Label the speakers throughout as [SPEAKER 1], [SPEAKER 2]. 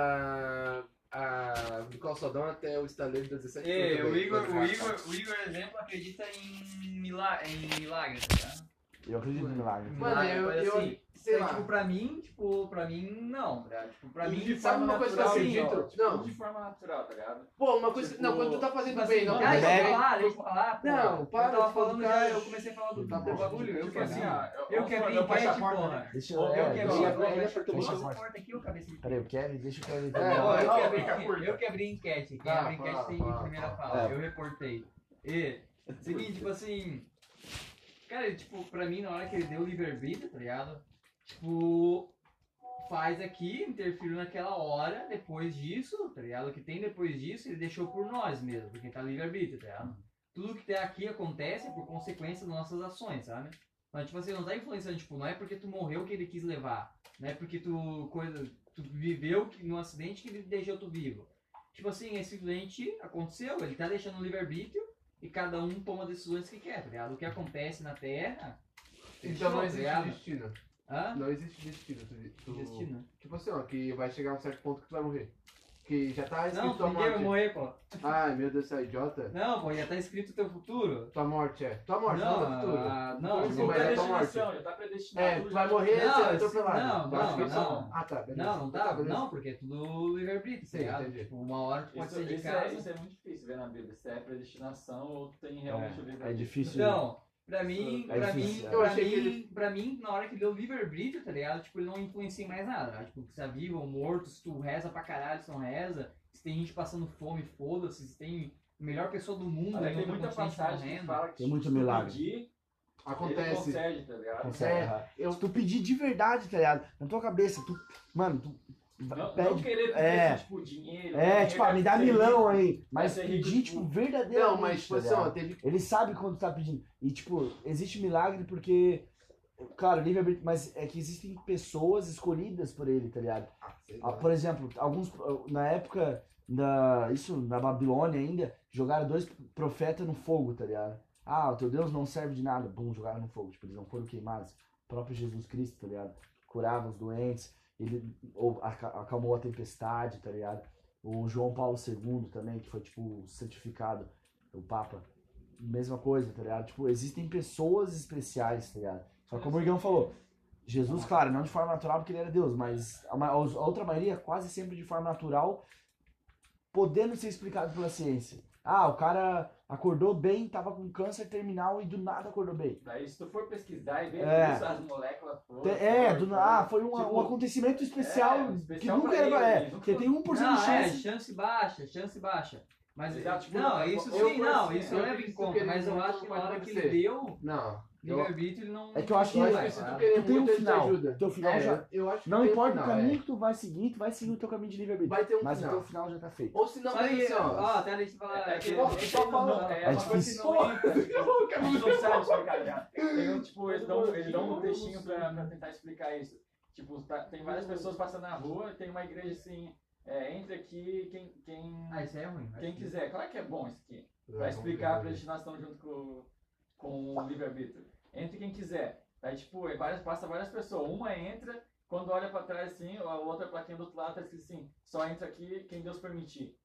[SPEAKER 1] da. A, de Calçadão até o estaleiro das 17
[SPEAKER 2] É,
[SPEAKER 1] tudo
[SPEAKER 2] o
[SPEAKER 1] bem,
[SPEAKER 2] Igor,
[SPEAKER 1] pode
[SPEAKER 2] o
[SPEAKER 1] marcar.
[SPEAKER 2] Igor, o Igor, exemplo, acredita em, mila em milagres, tá?
[SPEAKER 3] Eu acredito em milagre.
[SPEAKER 1] Mano,
[SPEAKER 2] Milagre,
[SPEAKER 1] eu-
[SPEAKER 2] mas
[SPEAKER 1] eu-
[SPEAKER 2] assim,
[SPEAKER 1] Sei
[SPEAKER 2] é,
[SPEAKER 1] lá.
[SPEAKER 2] tipo, pra mim, tipo, pra mim, não, tá ligado? Tipo, pra
[SPEAKER 1] E
[SPEAKER 2] mim,
[SPEAKER 1] sabe
[SPEAKER 2] de forma
[SPEAKER 1] uma coisa assim, que eu
[SPEAKER 2] natural,
[SPEAKER 1] acredito?
[SPEAKER 2] ó, tipo,
[SPEAKER 1] Não.
[SPEAKER 2] de forma natural, tá ligado?
[SPEAKER 1] Pô, uma coisa.
[SPEAKER 2] Tipo,
[SPEAKER 1] não, quando tu tá fazendo
[SPEAKER 2] Mas,
[SPEAKER 1] bem,
[SPEAKER 2] não,
[SPEAKER 1] não.
[SPEAKER 3] mas
[SPEAKER 1] faz
[SPEAKER 3] é-
[SPEAKER 2] deixa eu
[SPEAKER 1] bem.
[SPEAKER 2] falar, deixa eu falar, pô.
[SPEAKER 1] Não, para
[SPEAKER 2] Eu tava
[SPEAKER 1] de falar do
[SPEAKER 2] falando
[SPEAKER 1] cara.
[SPEAKER 2] já, eu comecei a falar do,
[SPEAKER 1] Tá
[SPEAKER 2] do
[SPEAKER 1] bom. ah,
[SPEAKER 2] bagulho, eu
[SPEAKER 4] Tipo
[SPEAKER 2] que
[SPEAKER 4] assim,
[SPEAKER 2] abri.
[SPEAKER 4] ó,
[SPEAKER 2] Eu que abri
[SPEAKER 4] eu né? fecho
[SPEAKER 2] enquete,
[SPEAKER 4] a porta.
[SPEAKER 2] porra.
[SPEAKER 3] Deixa
[SPEAKER 2] Eu
[SPEAKER 3] eu. é,
[SPEAKER 2] que
[SPEAKER 3] deixa
[SPEAKER 2] abri
[SPEAKER 1] deixa-
[SPEAKER 2] a porta,
[SPEAKER 1] deixa-
[SPEAKER 2] eu
[SPEAKER 3] deixa-
[SPEAKER 2] abri a porta aqui, eu cabeça de
[SPEAKER 3] Peraí, o Kevin, deixa o Kevin.
[SPEAKER 1] É,
[SPEAKER 2] Ó,
[SPEAKER 1] ó,
[SPEAKER 2] eu,
[SPEAKER 1] ó,
[SPEAKER 2] que abri,
[SPEAKER 4] ó,
[SPEAKER 2] enquete, eu que abri enquete. Quem
[SPEAKER 1] Ah,
[SPEAKER 2] abre enquete
[SPEAKER 1] fala,
[SPEAKER 2] tem
[SPEAKER 1] fala,
[SPEAKER 2] primeira
[SPEAKER 1] fala.
[SPEAKER 2] fala.
[SPEAKER 3] É.
[SPEAKER 2] Eu reportei. E, seguinte, tipo assim. Cara, tipo, pra mim, na hora que ele deu o livre-arbítrio, tá ligado? Tipo, faz aqui, interferiu naquela hora, depois disso, tá ligado? O que tem depois disso, ele deixou por nós mesmo, porque tá livre-arbítrio, tá ligado? Tudo que tem aqui acontece por consequência das nossas ações, sabe? Mas, tipo assim, não tá influenciando, tipo, não é porque tu morreu que ele quis levar, não é porque tu, coisa, tu viveu que, num acidente que ele deixou tu vivo. Tipo assim, esse acidente aconteceu, ele tá deixando o livre-arbítrio e cada um toma decisões que quer, tá ligado? O que acontece na Terra.
[SPEAKER 1] Então não
[SPEAKER 2] tá
[SPEAKER 1] existe
[SPEAKER 2] ligado?
[SPEAKER 1] destino.
[SPEAKER 2] Hã?
[SPEAKER 1] Não existe destino. Tu, tu,
[SPEAKER 2] Destino.
[SPEAKER 1] Tipo assim, ó, que vai chegar um certo ponto que tu vai morrer. Que já tá escrito
[SPEAKER 2] Não,
[SPEAKER 1] tua
[SPEAKER 2] ninguém vai
[SPEAKER 1] morte.
[SPEAKER 2] morrer, pô.
[SPEAKER 1] Ai, meu Deus, você é idiota.
[SPEAKER 2] Não, pô, já tá escrito o teu futuro.
[SPEAKER 1] Tua morte é. Tua morte, não,
[SPEAKER 2] não,
[SPEAKER 1] teu futuro.
[SPEAKER 2] ah,
[SPEAKER 1] Não,
[SPEAKER 4] Tipo,
[SPEAKER 2] não,
[SPEAKER 1] assim,
[SPEAKER 2] não,
[SPEAKER 1] mas é tua morte.
[SPEAKER 4] predestinação, já tá predestinado.
[SPEAKER 1] É, tu
[SPEAKER 4] já.
[SPEAKER 1] vai morrer
[SPEAKER 2] Não,
[SPEAKER 1] sendo
[SPEAKER 2] esse-
[SPEAKER 1] atropelado.
[SPEAKER 2] não,
[SPEAKER 1] Vai
[SPEAKER 2] não,
[SPEAKER 1] ficar só-
[SPEAKER 2] não.
[SPEAKER 1] Ah, tá, beleza.
[SPEAKER 2] não, não
[SPEAKER 1] Tá,
[SPEAKER 2] dá,
[SPEAKER 1] beleza.
[SPEAKER 2] não, porque é tudo livre-arbítrio, tá
[SPEAKER 1] Sim,
[SPEAKER 2] ligado?
[SPEAKER 1] entendi.
[SPEAKER 2] Tipo, uma hora tu pode
[SPEAKER 4] Isso,
[SPEAKER 2] sair de
[SPEAKER 4] isso
[SPEAKER 2] casa. assim.
[SPEAKER 4] é, isso é muito difícil ver na Bíblia. Se é predestinação ou tem realmente o
[SPEAKER 3] É,
[SPEAKER 4] livre
[SPEAKER 3] é difícil.
[SPEAKER 2] Então, pra mim,
[SPEAKER 3] É
[SPEAKER 2] pra mim,
[SPEAKER 3] difícil, é.
[SPEAKER 1] Eu
[SPEAKER 2] pra
[SPEAKER 1] achei
[SPEAKER 2] mim,
[SPEAKER 1] que
[SPEAKER 2] pra mim, na hora que deu o livre-arbítrio, tá ligado? Tipo, ele não influencia em mais nada. tá? Tipo, se tá vivo ou morto, se tu reza pra caralho, se não reza, se tem gente passando fome, foda-se, se tem a melhor pessoa do mundo,
[SPEAKER 4] Olha,
[SPEAKER 2] aí
[SPEAKER 4] é tem
[SPEAKER 2] outro
[SPEAKER 4] muita
[SPEAKER 2] continente
[SPEAKER 4] passagem que
[SPEAKER 2] morrendo.
[SPEAKER 4] fala que
[SPEAKER 3] Tem muito
[SPEAKER 4] se tu
[SPEAKER 3] milagre.
[SPEAKER 4] pedir, Ele
[SPEAKER 1] Acontece.
[SPEAKER 4] concede, tá ligado?
[SPEAKER 3] Consegue,
[SPEAKER 1] É,
[SPEAKER 3] aham.
[SPEAKER 1] eu-
[SPEAKER 3] Se tu pedir de verdade, tá ligado? Na tua cabeça, tu. Mano, tu.
[SPEAKER 4] Não,
[SPEAKER 3] pede.
[SPEAKER 4] não querer pedir,
[SPEAKER 3] é.
[SPEAKER 4] tipo, dinheiro.
[SPEAKER 3] É,
[SPEAKER 4] querer
[SPEAKER 3] tipo, ah, me dá
[SPEAKER 4] ser
[SPEAKER 3] milão
[SPEAKER 4] rico.
[SPEAKER 3] aí. Mas
[SPEAKER 4] ser rico,
[SPEAKER 3] pedir,
[SPEAKER 4] tipo-
[SPEAKER 3] tipo, verdadeiramente.
[SPEAKER 1] Não, mas tipo
[SPEAKER 3] tá
[SPEAKER 1] assim, ó,
[SPEAKER 3] ligado?
[SPEAKER 1] teve.
[SPEAKER 3] Ele sabe quando tu tá pedindo. E, tipo, existe milagre porque. Claro, livre-arbítrio, mas é que existem pessoas escolhidas por ele, tá ligado?
[SPEAKER 1] Ah, sei
[SPEAKER 3] Ah,
[SPEAKER 1] lá.
[SPEAKER 3] Por exemplo, alguns. ah, Na época. Da, isso, na Babilônia ainda, jogaram dois profetas no fogo, tá ligado? Ah, o teu Deus não serve de nada. Bum, jogaram no fogo. Tipo, eles não foram queimados. O próprio Jesus Cristo, tá ligado? Curava os doentes, ele ou, aca- acalmou a tempestade, tá ligado? O João Paulo II também, que foi, tipo, santificado, o Papa. Mesma coisa, tá ligado? Tipo, existem pessoas especiais, tá ligado? Só que como o Igão falou, Jesus, claro, não de forma natural, porque ele era Deus, mas a, ma- a outra maioria quase sempre de forma natural, podendo ser explicado pela ciência. Ah, o cara acordou bem, tava com câncer terminal e do nada acordou bem.
[SPEAKER 4] Daí, se tu for pesquisar e ver
[SPEAKER 3] É.
[SPEAKER 4] isso, as moléculas
[SPEAKER 3] Te-
[SPEAKER 4] todas.
[SPEAKER 3] É, do, na- ah, foi um,
[SPEAKER 4] Tipo,
[SPEAKER 3] um acontecimento especial,
[SPEAKER 4] é, um especial
[SPEAKER 3] que nunca era.
[SPEAKER 4] pra ele,
[SPEAKER 3] é,
[SPEAKER 4] nunca-
[SPEAKER 3] porque tem 1% de
[SPEAKER 2] Não, é,
[SPEAKER 3] chance.
[SPEAKER 2] chance baixa, chance baixa. Mas,
[SPEAKER 4] Exato, tipo,
[SPEAKER 2] não, é
[SPEAKER 4] eu-
[SPEAKER 2] isso
[SPEAKER 4] eu
[SPEAKER 2] sim, não,
[SPEAKER 4] conheci-
[SPEAKER 2] isso
[SPEAKER 1] eu
[SPEAKER 2] eu levo em
[SPEAKER 1] conheci
[SPEAKER 2] conta,
[SPEAKER 1] aquele
[SPEAKER 2] mas eu
[SPEAKER 1] mundo
[SPEAKER 2] acho que na
[SPEAKER 1] pode
[SPEAKER 2] hora que ele
[SPEAKER 1] acontecer.
[SPEAKER 2] deu,
[SPEAKER 1] Não. Eu-
[SPEAKER 2] livre-arbítrio, ele não...
[SPEAKER 3] É que eu acho que-
[SPEAKER 1] Eu
[SPEAKER 2] não
[SPEAKER 1] acho
[SPEAKER 2] vai,
[SPEAKER 1] que se
[SPEAKER 2] tá?
[SPEAKER 1] tu querer
[SPEAKER 3] Tu tem um
[SPEAKER 1] muito, ele te
[SPEAKER 3] final.
[SPEAKER 1] ajuda.
[SPEAKER 3] Teu final
[SPEAKER 1] É,
[SPEAKER 3] já.
[SPEAKER 1] eu acho que
[SPEAKER 3] Não
[SPEAKER 1] tem um
[SPEAKER 3] importa o
[SPEAKER 1] final,
[SPEAKER 3] caminho
[SPEAKER 1] é.
[SPEAKER 3] que tu vai seguir, tu vai seguir o teu caminho de livre-arbítrio.
[SPEAKER 1] Vai ter um
[SPEAKER 3] Mas o
[SPEAKER 1] final.
[SPEAKER 3] teu final já tá feito.
[SPEAKER 1] Ou se não,
[SPEAKER 2] Sabe,
[SPEAKER 1] assim, ó.
[SPEAKER 2] ó, até a gente
[SPEAKER 3] Ah,
[SPEAKER 2] falar...
[SPEAKER 4] É que,
[SPEAKER 1] Porra,
[SPEAKER 4] é que
[SPEAKER 1] só
[SPEAKER 4] não-
[SPEAKER 1] fala-
[SPEAKER 4] não-
[SPEAKER 3] É
[SPEAKER 4] uma coisa
[SPEAKER 3] difícil.
[SPEAKER 4] que não entra. A gente não sabe explicar já. Então, tipo, eles dão, eles dão um textinho pra, pra tentar explicar isso. Tipo, tá- tem várias pessoas passando na rua e tem uma igreja assim, é, entre aqui quem, quem,
[SPEAKER 2] Ah, isso aí é ruim. vai.
[SPEAKER 4] quem quiser. Claro que é bom isso aqui. Vai explicar a predestinação junto com, com o livre-arbítrio. Entre quem quiser. Aí, tipo, é várias, passa várias pessoas. Uma entra, quando olha pra trás assim, a outra plaquinha do outro lado tá escrito assim: só entra aqui quem Deus permitir.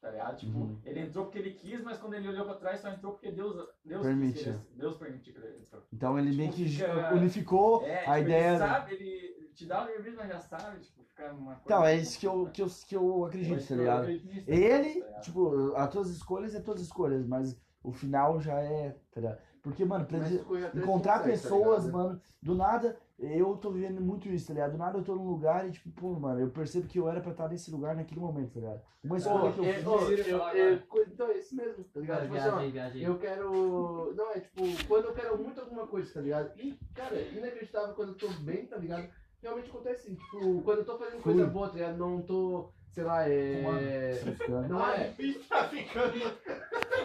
[SPEAKER 4] Tá ligado? Tipo,
[SPEAKER 3] Uhum.
[SPEAKER 4] ele entrou porque ele quis, mas quando ele olhou pra trás só entrou porque Deus, Deus
[SPEAKER 3] Permite,
[SPEAKER 4] quis que ele- Deus permitiu que ele entrou.
[SPEAKER 3] Então ele
[SPEAKER 4] Tipo,
[SPEAKER 3] meio que
[SPEAKER 4] fica-
[SPEAKER 3] unificou
[SPEAKER 4] É, tipo,
[SPEAKER 3] Oh, a
[SPEAKER 4] ele
[SPEAKER 3] ideia.
[SPEAKER 4] sabe, ele te dá o livre-arbítrio, mas já sabe, tipo, fica uma coisa.
[SPEAKER 3] Então, é isso que eu, que eu, que eu acredito,
[SPEAKER 4] Mas
[SPEAKER 3] tá
[SPEAKER 4] eu
[SPEAKER 3] ligado?
[SPEAKER 4] acredito nisso,
[SPEAKER 3] Ele,
[SPEAKER 4] tá ligado?
[SPEAKER 3] tipo, as tuas escolhas é tuas escolhas, mas o final já é, tá ligado? Porque, mano,
[SPEAKER 4] é
[SPEAKER 3] pra
[SPEAKER 1] Mas
[SPEAKER 3] eles-
[SPEAKER 1] tu corre atrás
[SPEAKER 3] encontrar
[SPEAKER 1] do que tu consegue,
[SPEAKER 3] pessoas,
[SPEAKER 4] né?
[SPEAKER 1] tá ligado?
[SPEAKER 3] mano, do nada, eu tô vivendo muito isso, tá ligado? Do nada eu tô num lugar e, tipo, pô, mano, eu percebo que eu era pra estar nesse lugar naquele momento, tá ligado? Uma escolha que eu
[SPEAKER 1] Ô,
[SPEAKER 3] assim,
[SPEAKER 1] é,
[SPEAKER 3] fiz.
[SPEAKER 1] ô,
[SPEAKER 2] fiz.
[SPEAKER 1] eu- eu- co- Então é isso mesmo, tá ligado?
[SPEAKER 2] Cara,
[SPEAKER 1] Tipo assim, ó,
[SPEAKER 2] viajei, viajei.
[SPEAKER 1] Eu quero. Não, é tipo, quando eu quero muito alguma coisa, tá ligado? E, cara, inacreditável quando eu tô bem, tá ligado? Realmente acontece, assim, tipo, quando eu tô fazendo coisa
[SPEAKER 3] Fui.
[SPEAKER 1] boa, tá ligado? Não tô, sei lá, é.
[SPEAKER 3] tá ficando.
[SPEAKER 1] Não é.
[SPEAKER 4] tá ficando.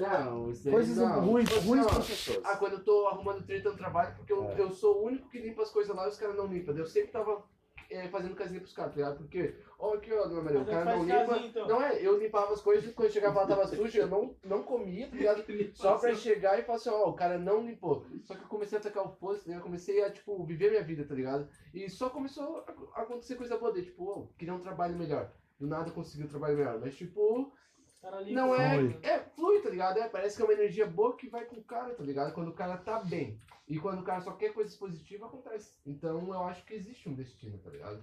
[SPEAKER 1] Não, isso aí
[SPEAKER 3] Coisas
[SPEAKER 1] não.
[SPEAKER 3] ruins,
[SPEAKER 1] Tipo assim,
[SPEAKER 3] ruins
[SPEAKER 1] ó,
[SPEAKER 3] pras pessoas.
[SPEAKER 1] Ah, quando eu tô arrumando treta no trabalho, porque eu,
[SPEAKER 3] É.
[SPEAKER 1] eu sou o único que limpa as coisas lá e os caras não limpam. daí Eu sempre tava é, fazendo casinha pros caras, tá ligado? Porque, ó, aqui, ó, dona Maria, o
[SPEAKER 5] Mas
[SPEAKER 1] cara não
[SPEAKER 5] faz
[SPEAKER 1] limpa.
[SPEAKER 5] casinha, então.
[SPEAKER 1] Não é, eu limpava as coisas, quando chegava lá tava suja, eu não, não comia, tá ligado? Só pra chegar e falar assim, ó, o cara não limpou. Só que eu comecei a atacar o foda, né? Eu comecei a, tipo, viver minha vida, tá ligado? E só começou a acontecer coisa boa dele, tipo, ó, queria um trabalho melhor. Do nada eu consegui um trabalho melhor, mas tipo,
[SPEAKER 5] Cara limpa.
[SPEAKER 1] não é.
[SPEAKER 3] Flui.
[SPEAKER 1] É, flui, tá ligado? É, parece que é uma energia boa que vai com o cara, tá ligado? Quando o cara tá bem. E quando o cara só quer coisas positivas, acontece. Então eu acho que existe um destino, tá ligado?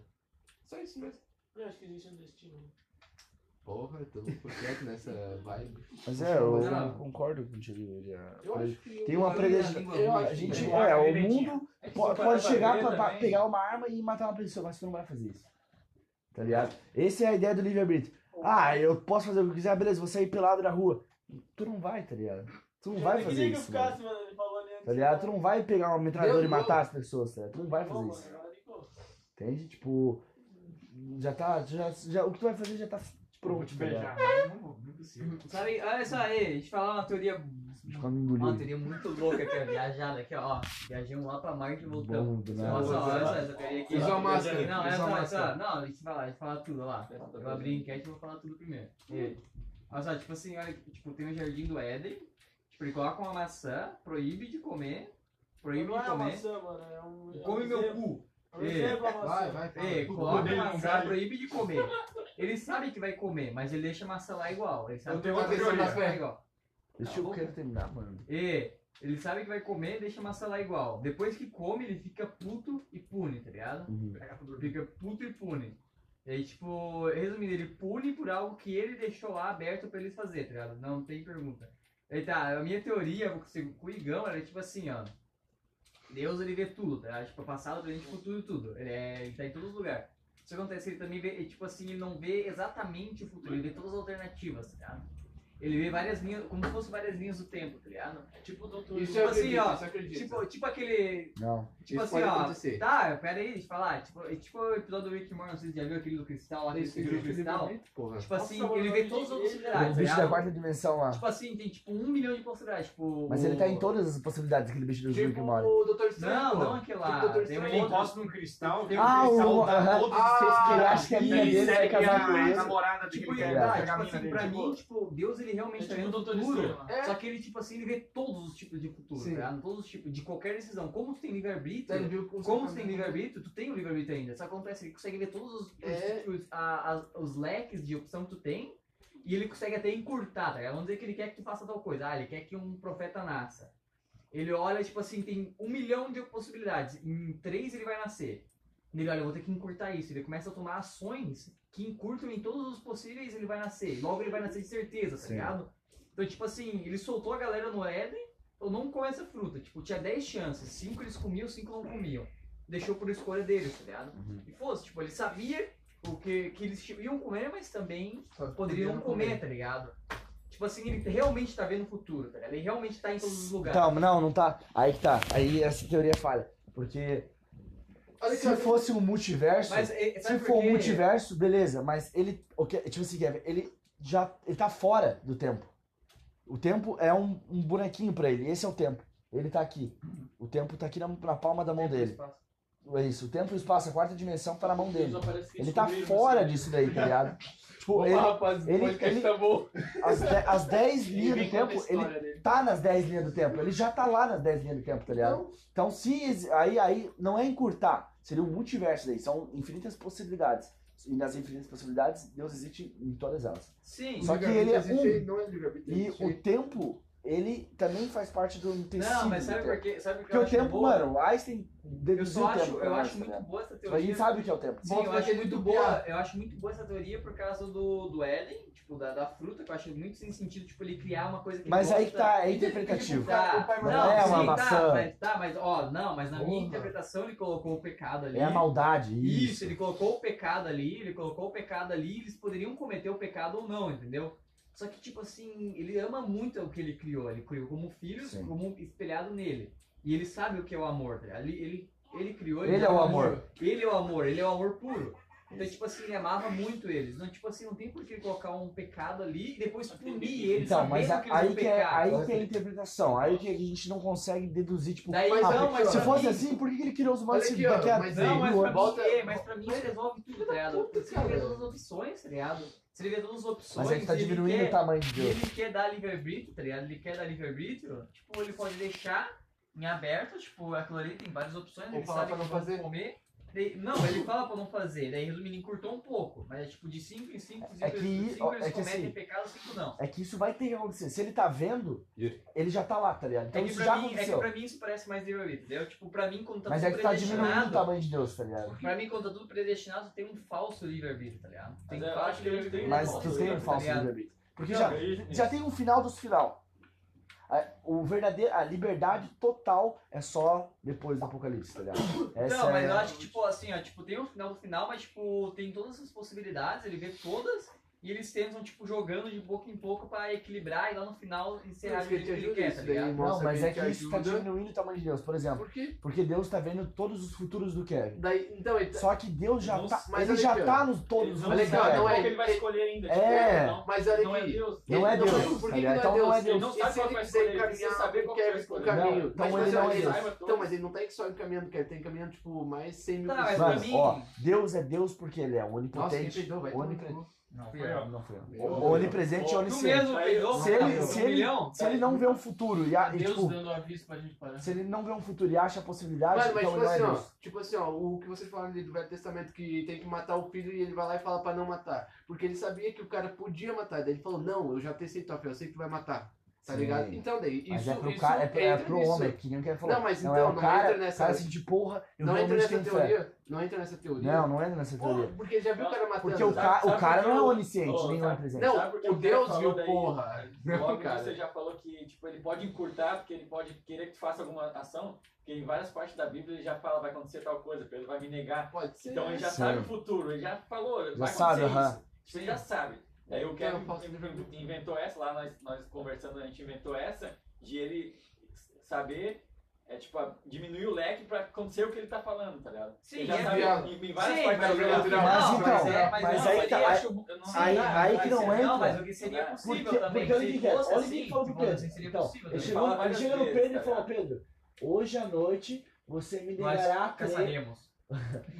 [SPEAKER 1] Só isso mesmo.
[SPEAKER 5] Eu acho que existe um destino.
[SPEAKER 1] Porra, todo mundo por quieto nessa vibe.
[SPEAKER 3] Mas é, eu
[SPEAKER 2] Não.
[SPEAKER 3] concordo contigo, Iria.
[SPEAKER 1] Eu acho que.
[SPEAKER 3] Tem uma predileção.
[SPEAKER 1] Eu
[SPEAKER 3] A
[SPEAKER 1] acho que
[SPEAKER 3] gente,
[SPEAKER 1] tem.
[SPEAKER 3] é, o
[SPEAKER 4] Preventiva.
[SPEAKER 3] mundo
[SPEAKER 4] É que
[SPEAKER 3] po-
[SPEAKER 4] se
[SPEAKER 3] pode,
[SPEAKER 4] for pra
[SPEAKER 3] chegar
[SPEAKER 4] ver
[SPEAKER 3] pra, pra
[SPEAKER 4] também,
[SPEAKER 3] pegar uma arma e matar uma pessoa, mas você não vai fazer isso. Tá ligado? Essa é a ideia do livre-arbítrio. Ah, eu posso fazer o que eu quiser, beleza, vou sair pelado na rua. Tu não vai, tá ligado? Tu não
[SPEAKER 5] Eu
[SPEAKER 3] vai
[SPEAKER 5] queria
[SPEAKER 3] fazer
[SPEAKER 5] que eu
[SPEAKER 3] isso. mano.
[SPEAKER 5] ficasse, mano, ele falou ali antes.
[SPEAKER 3] Tá ligado? Tu não vai pegar uma metralhadora e
[SPEAKER 1] Meu Deus.
[SPEAKER 3] matar as pessoas, tá ligado? Tu não vai
[SPEAKER 5] Bom,
[SPEAKER 3] fazer
[SPEAKER 5] mano,
[SPEAKER 3] isso.
[SPEAKER 5] agora ligou.
[SPEAKER 3] Entende? Tipo. Já tá. Já, já, o que tu vai fazer já tá
[SPEAKER 4] Vou
[SPEAKER 3] pronto,
[SPEAKER 4] te
[SPEAKER 3] tá ligado?
[SPEAKER 4] beijar. Não vou, não é possível.
[SPEAKER 2] Sabe, olha só aí, deixa eu falar uma teoria.
[SPEAKER 3] Ficar
[SPEAKER 2] Uma
[SPEAKER 3] me engolindo.
[SPEAKER 2] teoria muito louca aqui, ó. Viajada aqui, ó. Viajamos lá pra Marte e voltamos.
[SPEAKER 3] Bom, do nada.
[SPEAKER 2] Nossa, olha só essa teoria aqui. ó.
[SPEAKER 1] Usa a máscara.
[SPEAKER 2] Não,
[SPEAKER 1] usa
[SPEAKER 2] é
[SPEAKER 1] a
[SPEAKER 2] só, é
[SPEAKER 1] máscara.
[SPEAKER 2] só. Não, deixa eu falar, deixa eu falar tudo, ó lá. Eu abri a enquete e vou falar tudo primeiro. E, olha só, tipo assim, olha, tipo, tem o Jardim do Éden, tipo, ele coloca uma maçã, proíbe de comer, proíbe
[SPEAKER 5] Não
[SPEAKER 2] de
[SPEAKER 5] é uma
[SPEAKER 2] comer,
[SPEAKER 5] maçã, mano. É um. é um
[SPEAKER 2] come meu
[SPEAKER 5] zebra.
[SPEAKER 2] cu,
[SPEAKER 5] É um zebra, a maçã.
[SPEAKER 1] Vai, vai, fala.
[SPEAKER 2] e,
[SPEAKER 1] Fala.
[SPEAKER 2] coloca
[SPEAKER 4] odeio
[SPEAKER 2] uma maçã,
[SPEAKER 4] caralho.
[SPEAKER 2] proíbe de comer. Ele sabe que vai comer, mas ele deixa a maçã lá igual, ele sabe
[SPEAKER 4] Eu
[SPEAKER 2] que
[SPEAKER 4] tenho
[SPEAKER 2] vai
[SPEAKER 4] outra
[SPEAKER 2] comer
[SPEAKER 4] teoria.
[SPEAKER 2] maçã lá igual.
[SPEAKER 3] Deixa
[SPEAKER 2] Tá
[SPEAKER 3] eu quero terminar, mano.
[SPEAKER 2] E, ele sabe que vai comer, deixa a maçã lá igual. Depois que come, ele fica puto e pune, tá ligado?
[SPEAKER 3] Uhum.
[SPEAKER 2] Fica puto e pune. E aí, tipo, resumindo, ele pune por algo que ele deixou lá aberto pra eles fazer, tá ligado? Não tem pergunta. Aí tá, a minha teoria com com o Igão era tipo assim, ó. Deus ele vê tudo, tá ligado? Tipo, passado, presente, futuro, tudo. Ele, é, ele tá em todos os lugares. Isso acontece, ele também vê, e, tipo assim, ele não vê exatamente o futuro, ele vê todas as alternativas, tá ligado? Ele vê várias linhas, como se fossem várias linhas do tempo, tá ligado?
[SPEAKER 5] É tipo o doutor.
[SPEAKER 1] Isso
[SPEAKER 2] Tipo
[SPEAKER 1] eu
[SPEAKER 2] assim,
[SPEAKER 1] acredito,
[SPEAKER 2] ó,
[SPEAKER 1] isso eu acredito.
[SPEAKER 2] Tipo, tipo aquele
[SPEAKER 3] Não.
[SPEAKER 2] Tipo
[SPEAKER 1] Isso
[SPEAKER 2] assim,
[SPEAKER 1] pode
[SPEAKER 2] ó.
[SPEAKER 1] acontecer.
[SPEAKER 2] Tá, pera aí, deixa eu falar. Tipo, é tipo o episódio do Rick and Morty, não sei se já viu aquele do cristal lá, aquele
[SPEAKER 1] Esse
[SPEAKER 2] segredo do cristal.
[SPEAKER 1] livramento, porra.
[SPEAKER 2] Tipo assim,
[SPEAKER 5] Nossa,
[SPEAKER 2] ele
[SPEAKER 5] mano,
[SPEAKER 2] vê
[SPEAKER 5] ele-
[SPEAKER 2] todas as
[SPEAKER 5] ele-
[SPEAKER 3] O
[SPEAKER 2] possibilidades.
[SPEAKER 3] um bicho da
[SPEAKER 2] Ah, tá ligado?
[SPEAKER 3] quarta dimensão lá.
[SPEAKER 2] Tipo assim, tem tipo um milhão de possibilidades. Tipo.
[SPEAKER 3] Mas ele tá em todas as possibilidades, aquele bicho do Rick
[SPEAKER 1] Tipo
[SPEAKER 3] and Morty.
[SPEAKER 1] o Doutor Estranho.
[SPEAKER 2] Não,
[SPEAKER 1] pô.
[SPEAKER 2] não aquele lá.
[SPEAKER 1] Tipo Doutor
[SPEAKER 2] Tem um
[SPEAKER 1] Estranho.
[SPEAKER 4] Ele encosta num cristal, tem um
[SPEAKER 3] Ah,
[SPEAKER 4] cristal
[SPEAKER 3] o- aham.
[SPEAKER 4] tá todo
[SPEAKER 1] Ah,
[SPEAKER 3] ele
[SPEAKER 4] desesperado.
[SPEAKER 3] acha que a
[SPEAKER 4] E
[SPEAKER 3] mina
[SPEAKER 4] ele
[SPEAKER 3] dele vai
[SPEAKER 4] segue
[SPEAKER 3] casar com
[SPEAKER 4] a
[SPEAKER 3] ele.
[SPEAKER 4] namorada dele.
[SPEAKER 2] Tipo,
[SPEAKER 4] que
[SPEAKER 2] é,
[SPEAKER 4] ele
[SPEAKER 2] tá,
[SPEAKER 4] pega a
[SPEAKER 2] tipo
[SPEAKER 4] mina
[SPEAKER 2] assim,
[SPEAKER 4] dele.
[SPEAKER 2] pra mim, tipo, Deus
[SPEAKER 5] É
[SPEAKER 2] ele realmente tá
[SPEAKER 5] tipo
[SPEAKER 4] um
[SPEAKER 5] o
[SPEAKER 2] vendo o
[SPEAKER 5] doutor
[SPEAKER 2] futuro.
[SPEAKER 5] Estranho, mano.
[SPEAKER 1] É.
[SPEAKER 2] Só que ele, tipo assim, ele vê todos os tipos de futuro,
[SPEAKER 1] Sim.
[SPEAKER 2] tá ligado? Todos os tipos, de qualquer decisão. Como tu
[SPEAKER 1] Tá,
[SPEAKER 2] tem
[SPEAKER 1] ele
[SPEAKER 2] livre-arbítrio,
[SPEAKER 1] viu com-
[SPEAKER 2] tipo, como tu tem livre-arbítrio, tu tem o livre-arbítrio ainda. Isso acontece, ele consegue ver todos os, os-
[SPEAKER 1] É.
[SPEAKER 2] os, a- as- os leques de opção que tu tem e ele consegue até encurtar, tá ligado? Vamos dizer que ele quer que tu faça tal coisa. Ah, ele quer que um profeta nasça. Ele olha, tipo assim, tem um milhão de possibilidades. Em três ele vai nascer. Ele olha, eu vou ter que encurtar isso. Ele começa a tomar ações que encurtam em todos os possíveis ele vai nascer. Logo ele vai nascer de certeza, tá
[SPEAKER 3] Sim.
[SPEAKER 2] ligado? Então, tipo assim, ele soltou a galera no Éden, eu não come essa fruta. Tipo, tinha 10 chances. 5 eles comiam, 5 não comiam. Deixou por escolha deles, tá ligado?
[SPEAKER 3] Uhum.
[SPEAKER 2] E fosse, tipo, ele sabia o que, que eles iam comer, mas também
[SPEAKER 1] Só que
[SPEAKER 2] poderiam comer, tá ligado? Tipo assim, ele realmente tá vendo o futuro, tá ligado? Ele realmente tá em todos os lugares.
[SPEAKER 3] Então, não, não tá. Aí que tá. Aí essa teoria falha. Porque
[SPEAKER 1] Olha que
[SPEAKER 3] se
[SPEAKER 1] olha-
[SPEAKER 3] fosse um multiverso.
[SPEAKER 2] mas, é,
[SPEAKER 3] Se
[SPEAKER 2] sabe
[SPEAKER 3] for
[SPEAKER 2] por
[SPEAKER 3] um
[SPEAKER 2] quê?
[SPEAKER 3] multiverso, beleza, mas ele. o que- Tipo assim, Kevin, ele já. Ele tá fora do tempo. O tempo é um, um bonequinho pra ele. Esse é o tempo. Ele tá aqui. O tempo tá aqui na, na palma da mão dele. É isso. O tempo e o espaço, a quarta dimensão, tá na mão dele.
[SPEAKER 5] Só parece que
[SPEAKER 3] Ele tá
[SPEAKER 5] descobriram,
[SPEAKER 3] fora
[SPEAKER 5] assim.
[SPEAKER 3] disso daí, tá ligado? Tipo,
[SPEAKER 5] Vamos
[SPEAKER 3] ele,
[SPEAKER 5] lá, rapaz,
[SPEAKER 3] ele-
[SPEAKER 5] o podcast
[SPEAKER 3] ele-
[SPEAKER 5] tá bom.
[SPEAKER 3] as, de, as 10 linhas
[SPEAKER 5] Ninguém
[SPEAKER 3] do
[SPEAKER 5] conta a
[SPEAKER 3] tempo, ele
[SPEAKER 5] história dele.
[SPEAKER 3] tá nas 10 linhas do tempo. Ele já tá lá nas 10 linhas do tempo, tá ligado?
[SPEAKER 1] Não,
[SPEAKER 3] Então, se exi- aí, aí não é encurtar, seria um multiverso daí. São infinitas possibilidades. E nas infinitas possibilidades, Deus existe em todas elas.
[SPEAKER 2] Sim.
[SPEAKER 3] Só que
[SPEAKER 1] livre-arbítrio
[SPEAKER 3] ele é
[SPEAKER 1] existe, Não é livre-arbítrio,
[SPEAKER 3] E
[SPEAKER 1] existe.
[SPEAKER 3] o tempo, ele também faz parte do tecido.
[SPEAKER 2] Não, mas sabe
[SPEAKER 3] do
[SPEAKER 2] por
[SPEAKER 3] tempo.
[SPEAKER 2] quê? Sabe por que
[SPEAKER 3] Porque
[SPEAKER 2] eu
[SPEAKER 3] o
[SPEAKER 2] acho
[SPEAKER 3] tempo,
[SPEAKER 2] boa?
[SPEAKER 3] mano, Einstein
[SPEAKER 2] Eu
[SPEAKER 3] deduziu
[SPEAKER 2] só
[SPEAKER 3] o tempo.
[SPEAKER 2] acho, eu
[SPEAKER 3] pra
[SPEAKER 2] acho
[SPEAKER 3] nós, tá
[SPEAKER 2] muito
[SPEAKER 3] ligado?
[SPEAKER 2] boa essa
[SPEAKER 3] Mas a gente
[SPEAKER 2] teoria.
[SPEAKER 3] sabe o que é o tempo.
[SPEAKER 2] Sim,
[SPEAKER 1] Bota
[SPEAKER 2] eu
[SPEAKER 1] pra
[SPEAKER 2] acho
[SPEAKER 1] gente
[SPEAKER 2] muito
[SPEAKER 1] copiar.
[SPEAKER 2] boa. Eu acho muito boa essa teoria por causa do, do Éden, tipo, da, da fruta, que eu acho muito sem sentido, tipo, ele criar uma coisa que ele
[SPEAKER 3] Mas aí que
[SPEAKER 2] gosta.
[SPEAKER 3] tá, é interpretativo.
[SPEAKER 2] Tá,
[SPEAKER 1] O pai
[SPEAKER 3] Não
[SPEAKER 1] mandou-
[SPEAKER 3] é uma
[SPEAKER 2] sim,
[SPEAKER 3] maçã.
[SPEAKER 2] Tá, mas, tá, mas, ó, não, mas na minha
[SPEAKER 1] Porra.
[SPEAKER 2] interpretação ele colocou o pecado ali.
[SPEAKER 3] É a maldade.
[SPEAKER 2] Isso,
[SPEAKER 3] Isso.
[SPEAKER 2] ele colocou o pecado ali, ele colocou o pecado ali, eles poderiam cometer o pecado ou não, entendeu? Só que, tipo assim, ele ama muito o que ele criou, ele criou como filhos,
[SPEAKER 3] Sim.
[SPEAKER 2] como espelhado nele. E ele sabe o que é o amor, tá ligado? ele, ele, ele criou...
[SPEAKER 3] Ele é o amor.
[SPEAKER 2] Ele é o amor, ele é o amor puro. Então, tipo assim, ele amava muito eles. Não, tipo assim, não tem por que colocar um pecado ali e depois punir eles.
[SPEAKER 3] Então, mas
[SPEAKER 2] sabendo
[SPEAKER 3] a-
[SPEAKER 2] que eles
[SPEAKER 3] aí
[SPEAKER 2] vão
[SPEAKER 3] que, é,
[SPEAKER 2] pecar.
[SPEAKER 3] aí que é a interpretação. Aí que a gente não consegue deduzir, tipo.
[SPEAKER 2] Daí,
[SPEAKER 1] Mas
[SPEAKER 3] ah,
[SPEAKER 2] não, mas
[SPEAKER 3] se
[SPEAKER 2] pra
[SPEAKER 3] fosse
[SPEAKER 2] mim-
[SPEAKER 3] assim, por que que ele criou os
[SPEAKER 1] Olha
[SPEAKER 3] mods
[SPEAKER 1] aqui, ó, mas não,
[SPEAKER 2] Não, mas pra,
[SPEAKER 1] Volta-
[SPEAKER 2] mim, é, mas pra mim isso resolve tudo, tá ligado?
[SPEAKER 1] puta,
[SPEAKER 2] Se ele vê
[SPEAKER 1] cara.
[SPEAKER 2] todas as opções, tá ligado? Se ele vê todas as opções,
[SPEAKER 3] Mas é que tá
[SPEAKER 2] se ele
[SPEAKER 3] diminuindo
[SPEAKER 2] quer-
[SPEAKER 3] o tamanho de
[SPEAKER 2] Se
[SPEAKER 3] Deus.
[SPEAKER 2] ele quer dar livre-arbítrio, tá ligado? Ele quer dar livre-arbítrio, tipo, ele pode deixar em aberto, tipo, aquilo ali tem várias opções,
[SPEAKER 1] Ou
[SPEAKER 2] ele
[SPEAKER 1] falar
[SPEAKER 2] sabe
[SPEAKER 1] pra
[SPEAKER 2] que
[SPEAKER 1] não
[SPEAKER 2] vão
[SPEAKER 1] fazer.
[SPEAKER 2] comer. Daí- Não, ele fala pra não fazer, daí resumindo, encurtou um pouco, mas é tipo de 5 em 5,
[SPEAKER 3] É que- ó,
[SPEAKER 2] eles
[SPEAKER 3] é que
[SPEAKER 2] cometem
[SPEAKER 3] assim-
[SPEAKER 2] pecado, 5 não.
[SPEAKER 3] É que isso vai ter que acontecer. Se ele tá vendo,
[SPEAKER 6] E-
[SPEAKER 3] ele já tá lá, tá ligado? Então
[SPEAKER 2] é, que
[SPEAKER 3] isso
[SPEAKER 2] pra
[SPEAKER 3] já
[SPEAKER 2] mim, é que
[SPEAKER 3] aconteceu.
[SPEAKER 2] pra mim isso parece mais livre-arbítrio, entendeu? Tipo, pra mim, quando tá
[SPEAKER 3] Mas
[SPEAKER 2] tudo
[SPEAKER 3] é que tá diminuindo o
[SPEAKER 2] predestinado,
[SPEAKER 3] tamanho de Deus, tá ligado?
[SPEAKER 2] Pra mim, quando tá tudo predestinado, tem um falso livre-arbítrio, tá ligado? Tem
[SPEAKER 4] Mas eu acho
[SPEAKER 2] falso
[SPEAKER 4] que a gente
[SPEAKER 2] livre-arbítrio.
[SPEAKER 4] tem
[SPEAKER 3] Mas
[SPEAKER 4] falso
[SPEAKER 3] tu tem um
[SPEAKER 4] livre-arbítrio,
[SPEAKER 3] falso
[SPEAKER 2] tá ligado?
[SPEAKER 3] livre-arbítrio. Porque
[SPEAKER 4] Não,
[SPEAKER 3] já,
[SPEAKER 4] eu-
[SPEAKER 3] já tem um final dos final. A, o verdadeiro, a liberdade total é só depois do apocalipse, tá ligado? Essa
[SPEAKER 2] não, mas
[SPEAKER 3] é...
[SPEAKER 2] eu acho que, tipo, assim, ó, tipo, tem o final do final, mas, tipo, tem todas as possibilidades, ele vê todas, e eles tentam, tipo, jogando de pouco em pouco pra equilibrar e lá no final encerrar
[SPEAKER 1] Mas
[SPEAKER 2] do
[SPEAKER 1] que
[SPEAKER 2] jeito que
[SPEAKER 4] é
[SPEAKER 1] te
[SPEAKER 2] ele
[SPEAKER 1] ajuda
[SPEAKER 2] quer, tá
[SPEAKER 1] isso daí,
[SPEAKER 2] ligado?
[SPEAKER 3] Não,
[SPEAKER 1] mostra
[SPEAKER 3] mas
[SPEAKER 1] que né?
[SPEAKER 3] é
[SPEAKER 1] te
[SPEAKER 3] que isso tá
[SPEAKER 1] ajuda.
[SPEAKER 3] diminuindo o tamanho de Deus, por exemplo.
[SPEAKER 1] Por quê?
[SPEAKER 3] Porque Deus tá vendo todos os futuros do Kevin.
[SPEAKER 1] Daí, então, ele tá-
[SPEAKER 3] Só que Deus já
[SPEAKER 4] Não
[SPEAKER 3] tá.
[SPEAKER 1] mas
[SPEAKER 3] ele
[SPEAKER 1] olha
[SPEAKER 3] já
[SPEAKER 1] aqui, ó.
[SPEAKER 3] tá nos todos os
[SPEAKER 4] Eles
[SPEAKER 1] Não,
[SPEAKER 4] não
[SPEAKER 1] mas
[SPEAKER 3] futuros
[SPEAKER 1] é
[SPEAKER 3] do
[SPEAKER 1] legal, não
[SPEAKER 3] Kevin.
[SPEAKER 4] sabem qual
[SPEAKER 1] é-
[SPEAKER 4] que ele vai
[SPEAKER 1] é-
[SPEAKER 4] escolher ainda.
[SPEAKER 3] é,
[SPEAKER 4] tipo, ele não-
[SPEAKER 1] mas olha
[SPEAKER 4] Não é
[SPEAKER 1] aqui.
[SPEAKER 4] Deus.
[SPEAKER 3] Não é
[SPEAKER 1] Ele-
[SPEAKER 3] Deus,
[SPEAKER 1] mas Por
[SPEAKER 3] tá
[SPEAKER 1] que que
[SPEAKER 3] ligado? Então
[SPEAKER 1] não é Deus?
[SPEAKER 4] Ele não
[SPEAKER 1] E
[SPEAKER 4] sabe
[SPEAKER 1] se
[SPEAKER 4] qual
[SPEAKER 1] ele
[SPEAKER 4] vai
[SPEAKER 1] quiser
[SPEAKER 4] escolher, ele
[SPEAKER 1] encaminhar
[SPEAKER 4] precisa saber qual que é
[SPEAKER 1] qualquer-
[SPEAKER 4] vai escolher.
[SPEAKER 1] o caminho.
[SPEAKER 3] Não, então
[SPEAKER 1] mas,
[SPEAKER 3] ele
[SPEAKER 1] mas,
[SPEAKER 3] não
[SPEAKER 1] olha
[SPEAKER 3] é
[SPEAKER 1] isso.
[SPEAKER 4] Deus.
[SPEAKER 1] Então, mas ele não tá só encaminhando, cara. Ele tá encaminhando, tipo, mais 100 mil
[SPEAKER 2] Tá,
[SPEAKER 1] pessoas.
[SPEAKER 2] mas
[SPEAKER 3] Mano,
[SPEAKER 2] pra mim-
[SPEAKER 3] ó, Deus é Deus porque ele é
[SPEAKER 4] Então,
[SPEAKER 1] Nossa, quem
[SPEAKER 3] onipotente.
[SPEAKER 1] peidou, vai tomar
[SPEAKER 4] é
[SPEAKER 3] onipre-
[SPEAKER 1] no cu.
[SPEAKER 2] Não,
[SPEAKER 4] Foi, ó.
[SPEAKER 3] Não foi. eu.
[SPEAKER 1] Ô,
[SPEAKER 3] Onipresente e
[SPEAKER 4] ô,
[SPEAKER 2] Tu
[SPEAKER 3] onisciente.
[SPEAKER 2] mesmo peidou
[SPEAKER 3] Se
[SPEAKER 2] cara,
[SPEAKER 3] ele-
[SPEAKER 2] um
[SPEAKER 3] se ele-
[SPEAKER 2] milhão?
[SPEAKER 3] Se ele não vê um futuro e, a- e,
[SPEAKER 5] Deus
[SPEAKER 3] tipo,
[SPEAKER 5] dando aviso pra gente parar.
[SPEAKER 3] se ele não vê um futuro e acha a possibilidade,
[SPEAKER 1] né? Mano, mas
[SPEAKER 3] então
[SPEAKER 1] tipo
[SPEAKER 3] ele não é
[SPEAKER 1] assim, ó,
[SPEAKER 3] Deus.
[SPEAKER 1] tipo assim, ó, o que vocês falaram ali do Velho Testamento que tem que matar o filho e ele vai lá e fala pra não matar. Porque ele sabia que o cara podia matar, daí ele falou, não, eu já testei tua fé, eu sei que tu vai matar. Tá
[SPEAKER 3] Sim.
[SPEAKER 1] ligado? Então daí, isso,
[SPEAKER 3] Mas é pro
[SPEAKER 1] isso
[SPEAKER 3] cara, é, pro- é
[SPEAKER 1] entra
[SPEAKER 3] pro
[SPEAKER 1] nisso.
[SPEAKER 3] homem, que nem o que ele falou.
[SPEAKER 1] Não, mas
[SPEAKER 3] é
[SPEAKER 1] então,
[SPEAKER 3] o
[SPEAKER 1] não
[SPEAKER 3] cara,
[SPEAKER 1] entra nessa-
[SPEAKER 3] O cara assim, de porra, eu
[SPEAKER 1] Não entra
[SPEAKER 3] realmente
[SPEAKER 1] nessa
[SPEAKER 3] tenho fé.
[SPEAKER 1] teoria. Não entra nessa teoria.
[SPEAKER 3] Não, não entra nessa teoria.
[SPEAKER 1] Porra, porque já viu o cara matando.
[SPEAKER 3] Porque o,
[SPEAKER 1] sabe?
[SPEAKER 3] ca-
[SPEAKER 4] sabe
[SPEAKER 3] o cara
[SPEAKER 4] porque
[SPEAKER 3] não é
[SPEAKER 4] eu-
[SPEAKER 3] onisciente,
[SPEAKER 4] Ô,
[SPEAKER 3] nem
[SPEAKER 4] tá.
[SPEAKER 3] onipresente.
[SPEAKER 1] Não,
[SPEAKER 4] Sabe por que
[SPEAKER 1] o
[SPEAKER 4] o cara
[SPEAKER 1] Deus
[SPEAKER 4] falou
[SPEAKER 1] viu,
[SPEAKER 4] daí?
[SPEAKER 1] porra. Não,
[SPEAKER 4] Logo
[SPEAKER 1] cara.
[SPEAKER 4] você já falou que tipo, ele pode encurtar, porque ele pode querer que tu faça alguma ação, porque em várias partes da Bíblia ele já fala, vai acontecer tal coisa, ele vai me negar.
[SPEAKER 1] Pode ser.
[SPEAKER 4] Então ele já
[SPEAKER 3] Sim.
[SPEAKER 4] sabe o futuro, ele já falou,
[SPEAKER 3] Já
[SPEAKER 4] vai
[SPEAKER 3] sabe,
[SPEAKER 4] acontecer
[SPEAKER 3] aham.
[SPEAKER 4] isso. Tipo, ele já sabe. Daí o
[SPEAKER 1] Eu
[SPEAKER 4] Kevin
[SPEAKER 1] posso-
[SPEAKER 4] inventou essa, lá nós, nós conversando, a gente inventou essa, de ele saber, é tipo, a- diminuir o leque pra acontecer o que ele tá falando, tá ligado?
[SPEAKER 2] Sim,
[SPEAKER 4] ele já
[SPEAKER 2] é
[SPEAKER 4] sabe
[SPEAKER 1] viado.
[SPEAKER 4] em, em várias
[SPEAKER 2] Sim,
[SPEAKER 4] partes
[SPEAKER 1] mas
[SPEAKER 4] da
[SPEAKER 1] é
[SPEAKER 4] Bíblia. tá
[SPEAKER 1] natural.
[SPEAKER 3] Mas
[SPEAKER 2] Não,
[SPEAKER 3] então,
[SPEAKER 2] é, mas
[SPEAKER 3] mas
[SPEAKER 2] não,
[SPEAKER 3] aí
[SPEAKER 2] mas
[SPEAKER 3] tá-
[SPEAKER 2] eu
[SPEAKER 3] aí-
[SPEAKER 2] acho- eu não-
[SPEAKER 3] aí-
[SPEAKER 2] não,
[SPEAKER 3] aí
[SPEAKER 2] mas
[SPEAKER 3] que não é
[SPEAKER 2] isso-
[SPEAKER 3] entra. né?
[SPEAKER 2] Não, mas o que seria
[SPEAKER 4] Porque-
[SPEAKER 2] possível
[SPEAKER 3] porque
[SPEAKER 2] também.
[SPEAKER 3] olha o
[SPEAKER 2] se
[SPEAKER 3] que que é,
[SPEAKER 2] fosse
[SPEAKER 3] olha o que
[SPEAKER 2] assim,
[SPEAKER 3] que falou pro
[SPEAKER 2] tipo,
[SPEAKER 3] Pedro.
[SPEAKER 2] assim, seria
[SPEAKER 3] Então,
[SPEAKER 2] possível
[SPEAKER 3] Ele
[SPEAKER 2] também.
[SPEAKER 4] fala
[SPEAKER 3] chegou, ele
[SPEAKER 4] várias
[SPEAKER 3] chega no
[SPEAKER 4] vezes,
[SPEAKER 3] Pedro e
[SPEAKER 4] tá
[SPEAKER 3] falou,
[SPEAKER 4] ligado?
[SPEAKER 3] Pedro, hoje à noite você me
[SPEAKER 2] Nós
[SPEAKER 3] negará três.
[SPEAKER 2] caçaremos.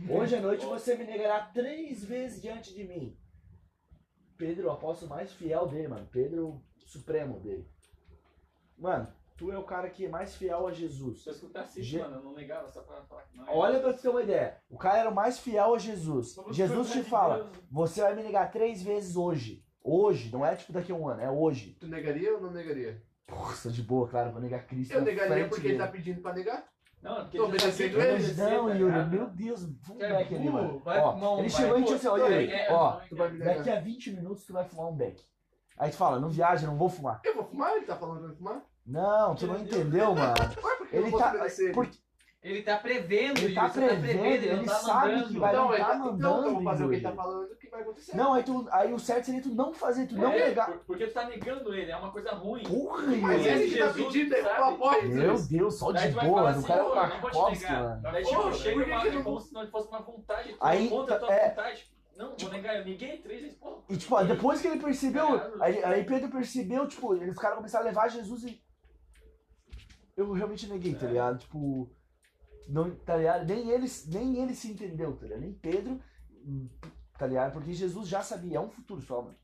[SPEAKER 3] Hoje à noite você me negará três vezes diante de mim. Pedro, o apóstolo mais fiel dele, mano. Pedro, o supremo dele. Mano, tu é o cara que é mais fiel a Jesus.
[SPEAKER 4] Se eu escutasse isso,
[SPEAKER 3] Ge-
[SPEAKER 4] mano, eu não negava, só pra falar que não é.
[SPEAKER 3] Olha pra tu ter uma ideia. O cara era o mais fiel a Jesus.
[SPEAKER 5] Vamos
[SPEAKER 3] Jesus te
[SPEAKER 5] procurar de
[SPEAKER 3] fala:
[SPEAKER 5] Deus.
[SPEAKER 3] Você vai me negar três vezes hoje. Hoje, não é tipo daqui a um ano, é hoje.
[SPEAKER 1] Tu negaria ou não negaria?
[SPEAKER 3] Nossa, de boa, claro, vou negar Cristo. é
[SPEAKER 1] Eu
[SPEAKER 3] na
[SPEAKER 1] negaria
[SPEAKER 3] frente
[SPEAKER 1] porque ele
[SPEAKER 3] dele.
[SPEAKER 1] tá pedindo pra negar.
[SPEAKER 4] Não, porque
[SPEAKER 1] Tô
[SPEAKER 4] ele já sabia
[SPEAKER 1] obedecendo
[SPEAKER 4] que ia
[SPEAKER 1] ele?
[SPEAKER 4] acontecer,
[SPEAKER 3] Não,
[SPEAKER 4] tá
[SPEAKER 3] Yuri,
[SPEAKER 4] ligado?
[SPEAKER 3] meu Deus, vamos
[SPEAKER 2] É
[SPEAKER 3] ver aquele,
[SPEAKER 2] burro,
[SPEAKER 3] mano.
[SPEAKER 2] vai
[SPEAKER 3] Ó,
[SPEAKER 2] fumar um-
[SPEAKER 3] ele
[SPEAKER 2] vai
[SPEAKER 3] chegou e disse assim: ó, Yuri,
[SPEAKER 2] É,
[SPEAKER 3] ó,
[SPEAKER 1] Tu vai me
[SPEAKER 4] né?
[SPEAKER 1] negar.
[SPEAKER 3] Daqui a 20 minutos tu vai fumar um beck. Aí tu fala, não viaja, não vou fumar.
[SPEAKER 1] Eu vou fumar? Ele tá falando pra eu fumar?
[SPEAKER 3] Não, tu não entendeu, mano.
[SPEAKER 1] Ué, por que eu
[SPEAKER 3] Ele
[SPEAKER 1] não
[SPEAKER 3] tá.
[SPEAKER 1] posso obedecer
[SPEAKER 4] assim.
[SPEAKER 1] ele?
[SPEAKER 3] Porque
[SPEAKER 2] Ele tá prevendo,
[SPEAKER 3] ele
[SPEAKER 2] Yuri,
[SPEAKER 3] tá
[SPEAKER 2] você
[SPEAKER 3] prevendo,
[SPEAKER 2] ele não
[SPEAKER 3] ele
[SPEAKER 2] tá
[SPEAKER 3] sabe
[SPEAKER 2] mandando.
[SPEAKER 3] que vai
[SPEAKER 1] Então,
[SPEAKER 3] não
[SPEAKER 1] ele
[SPEAKER 3] tá
[SPEAKER 1] tá- então eu vou fazer o
[SPEAKER 3] mandando.
[SPEAKER 1] que ele tá
[SPEAKER 3] Yuri.
[SPEAKER 1] falando que vai acontecer.
[SPEAKER 3] Não, aí tu. Aí o certo seria tu não fazer, tu não
[SPEAKER 4] É,
[SPEAKER 3] negar.
[SPEAKER 4] por- Porque tu tá negando ele, é uma coisa ruim.
[SPEAKER 3] Porra,
[SPEAKER 1] Mas
[SPEAKER 3] Yuri.
[SPEAKER 1] ele que tá
[SPEAKER 4] Jesus,
[SPEAKER 1] pedindo, ele
[SPEAKER 4] sabe?
[SPEAKER 1] fala, pode,
[SPEAKER 3] Meu
[SPEAKER 1] Jesus.
[SPEAKER 3] Deus, só
[SPEAKER 4] Daí
[SPEAKER 3] de
[SPEAKER 4] tu vai
[SPEAKER 3] boa,
[SPEAKER 4] falar
[SPEAKER 3] mano. o
[SPEAKER 4] assim,
[SPEAKER 3] cara é o
[SPEAKER 4] "Ô, eu não vou te
[SPEAKER 3] Tarkovsky,
[SPEAKER 4] negar."
[SPEAKER 3] mano.
[SPEAKER 4] Daí, tipo,
[SPEAKER 1] Porra,
[SPEAKER 4] chega
[SPEAKER 1] por que
[SPEAKER 4] uma,
[SPEAKER 1] que não-
[SPEAKER 4] como se não fosse uma vontade, tu
[SPEAKER 3] Aí,
[SPEAKER 4] Aí, contra a tua
[SPEAKER 3] é.
[SPEAKER 4] vontade. Não, vou negar, eu neguei três vezes, porra.
[SPEAKER 3] E tipo, ó, depois que ele percebeu,
[SPEAKER 4] Caralho.
[SPEAKER 3] aí, aí Pedro percebeu, tipo, eles caras começaram a levar Jesus e. Eu realmente neguei, tá
[SPEAKER 4] É.
[SPEAKER 3] ligado? Tipo. Não, tá ligado? Nem ele, nem ele se entendeu, tá ligado? Nem Pedro, tá ligado? Porque Jesus já sabia, é um futuro só, mano.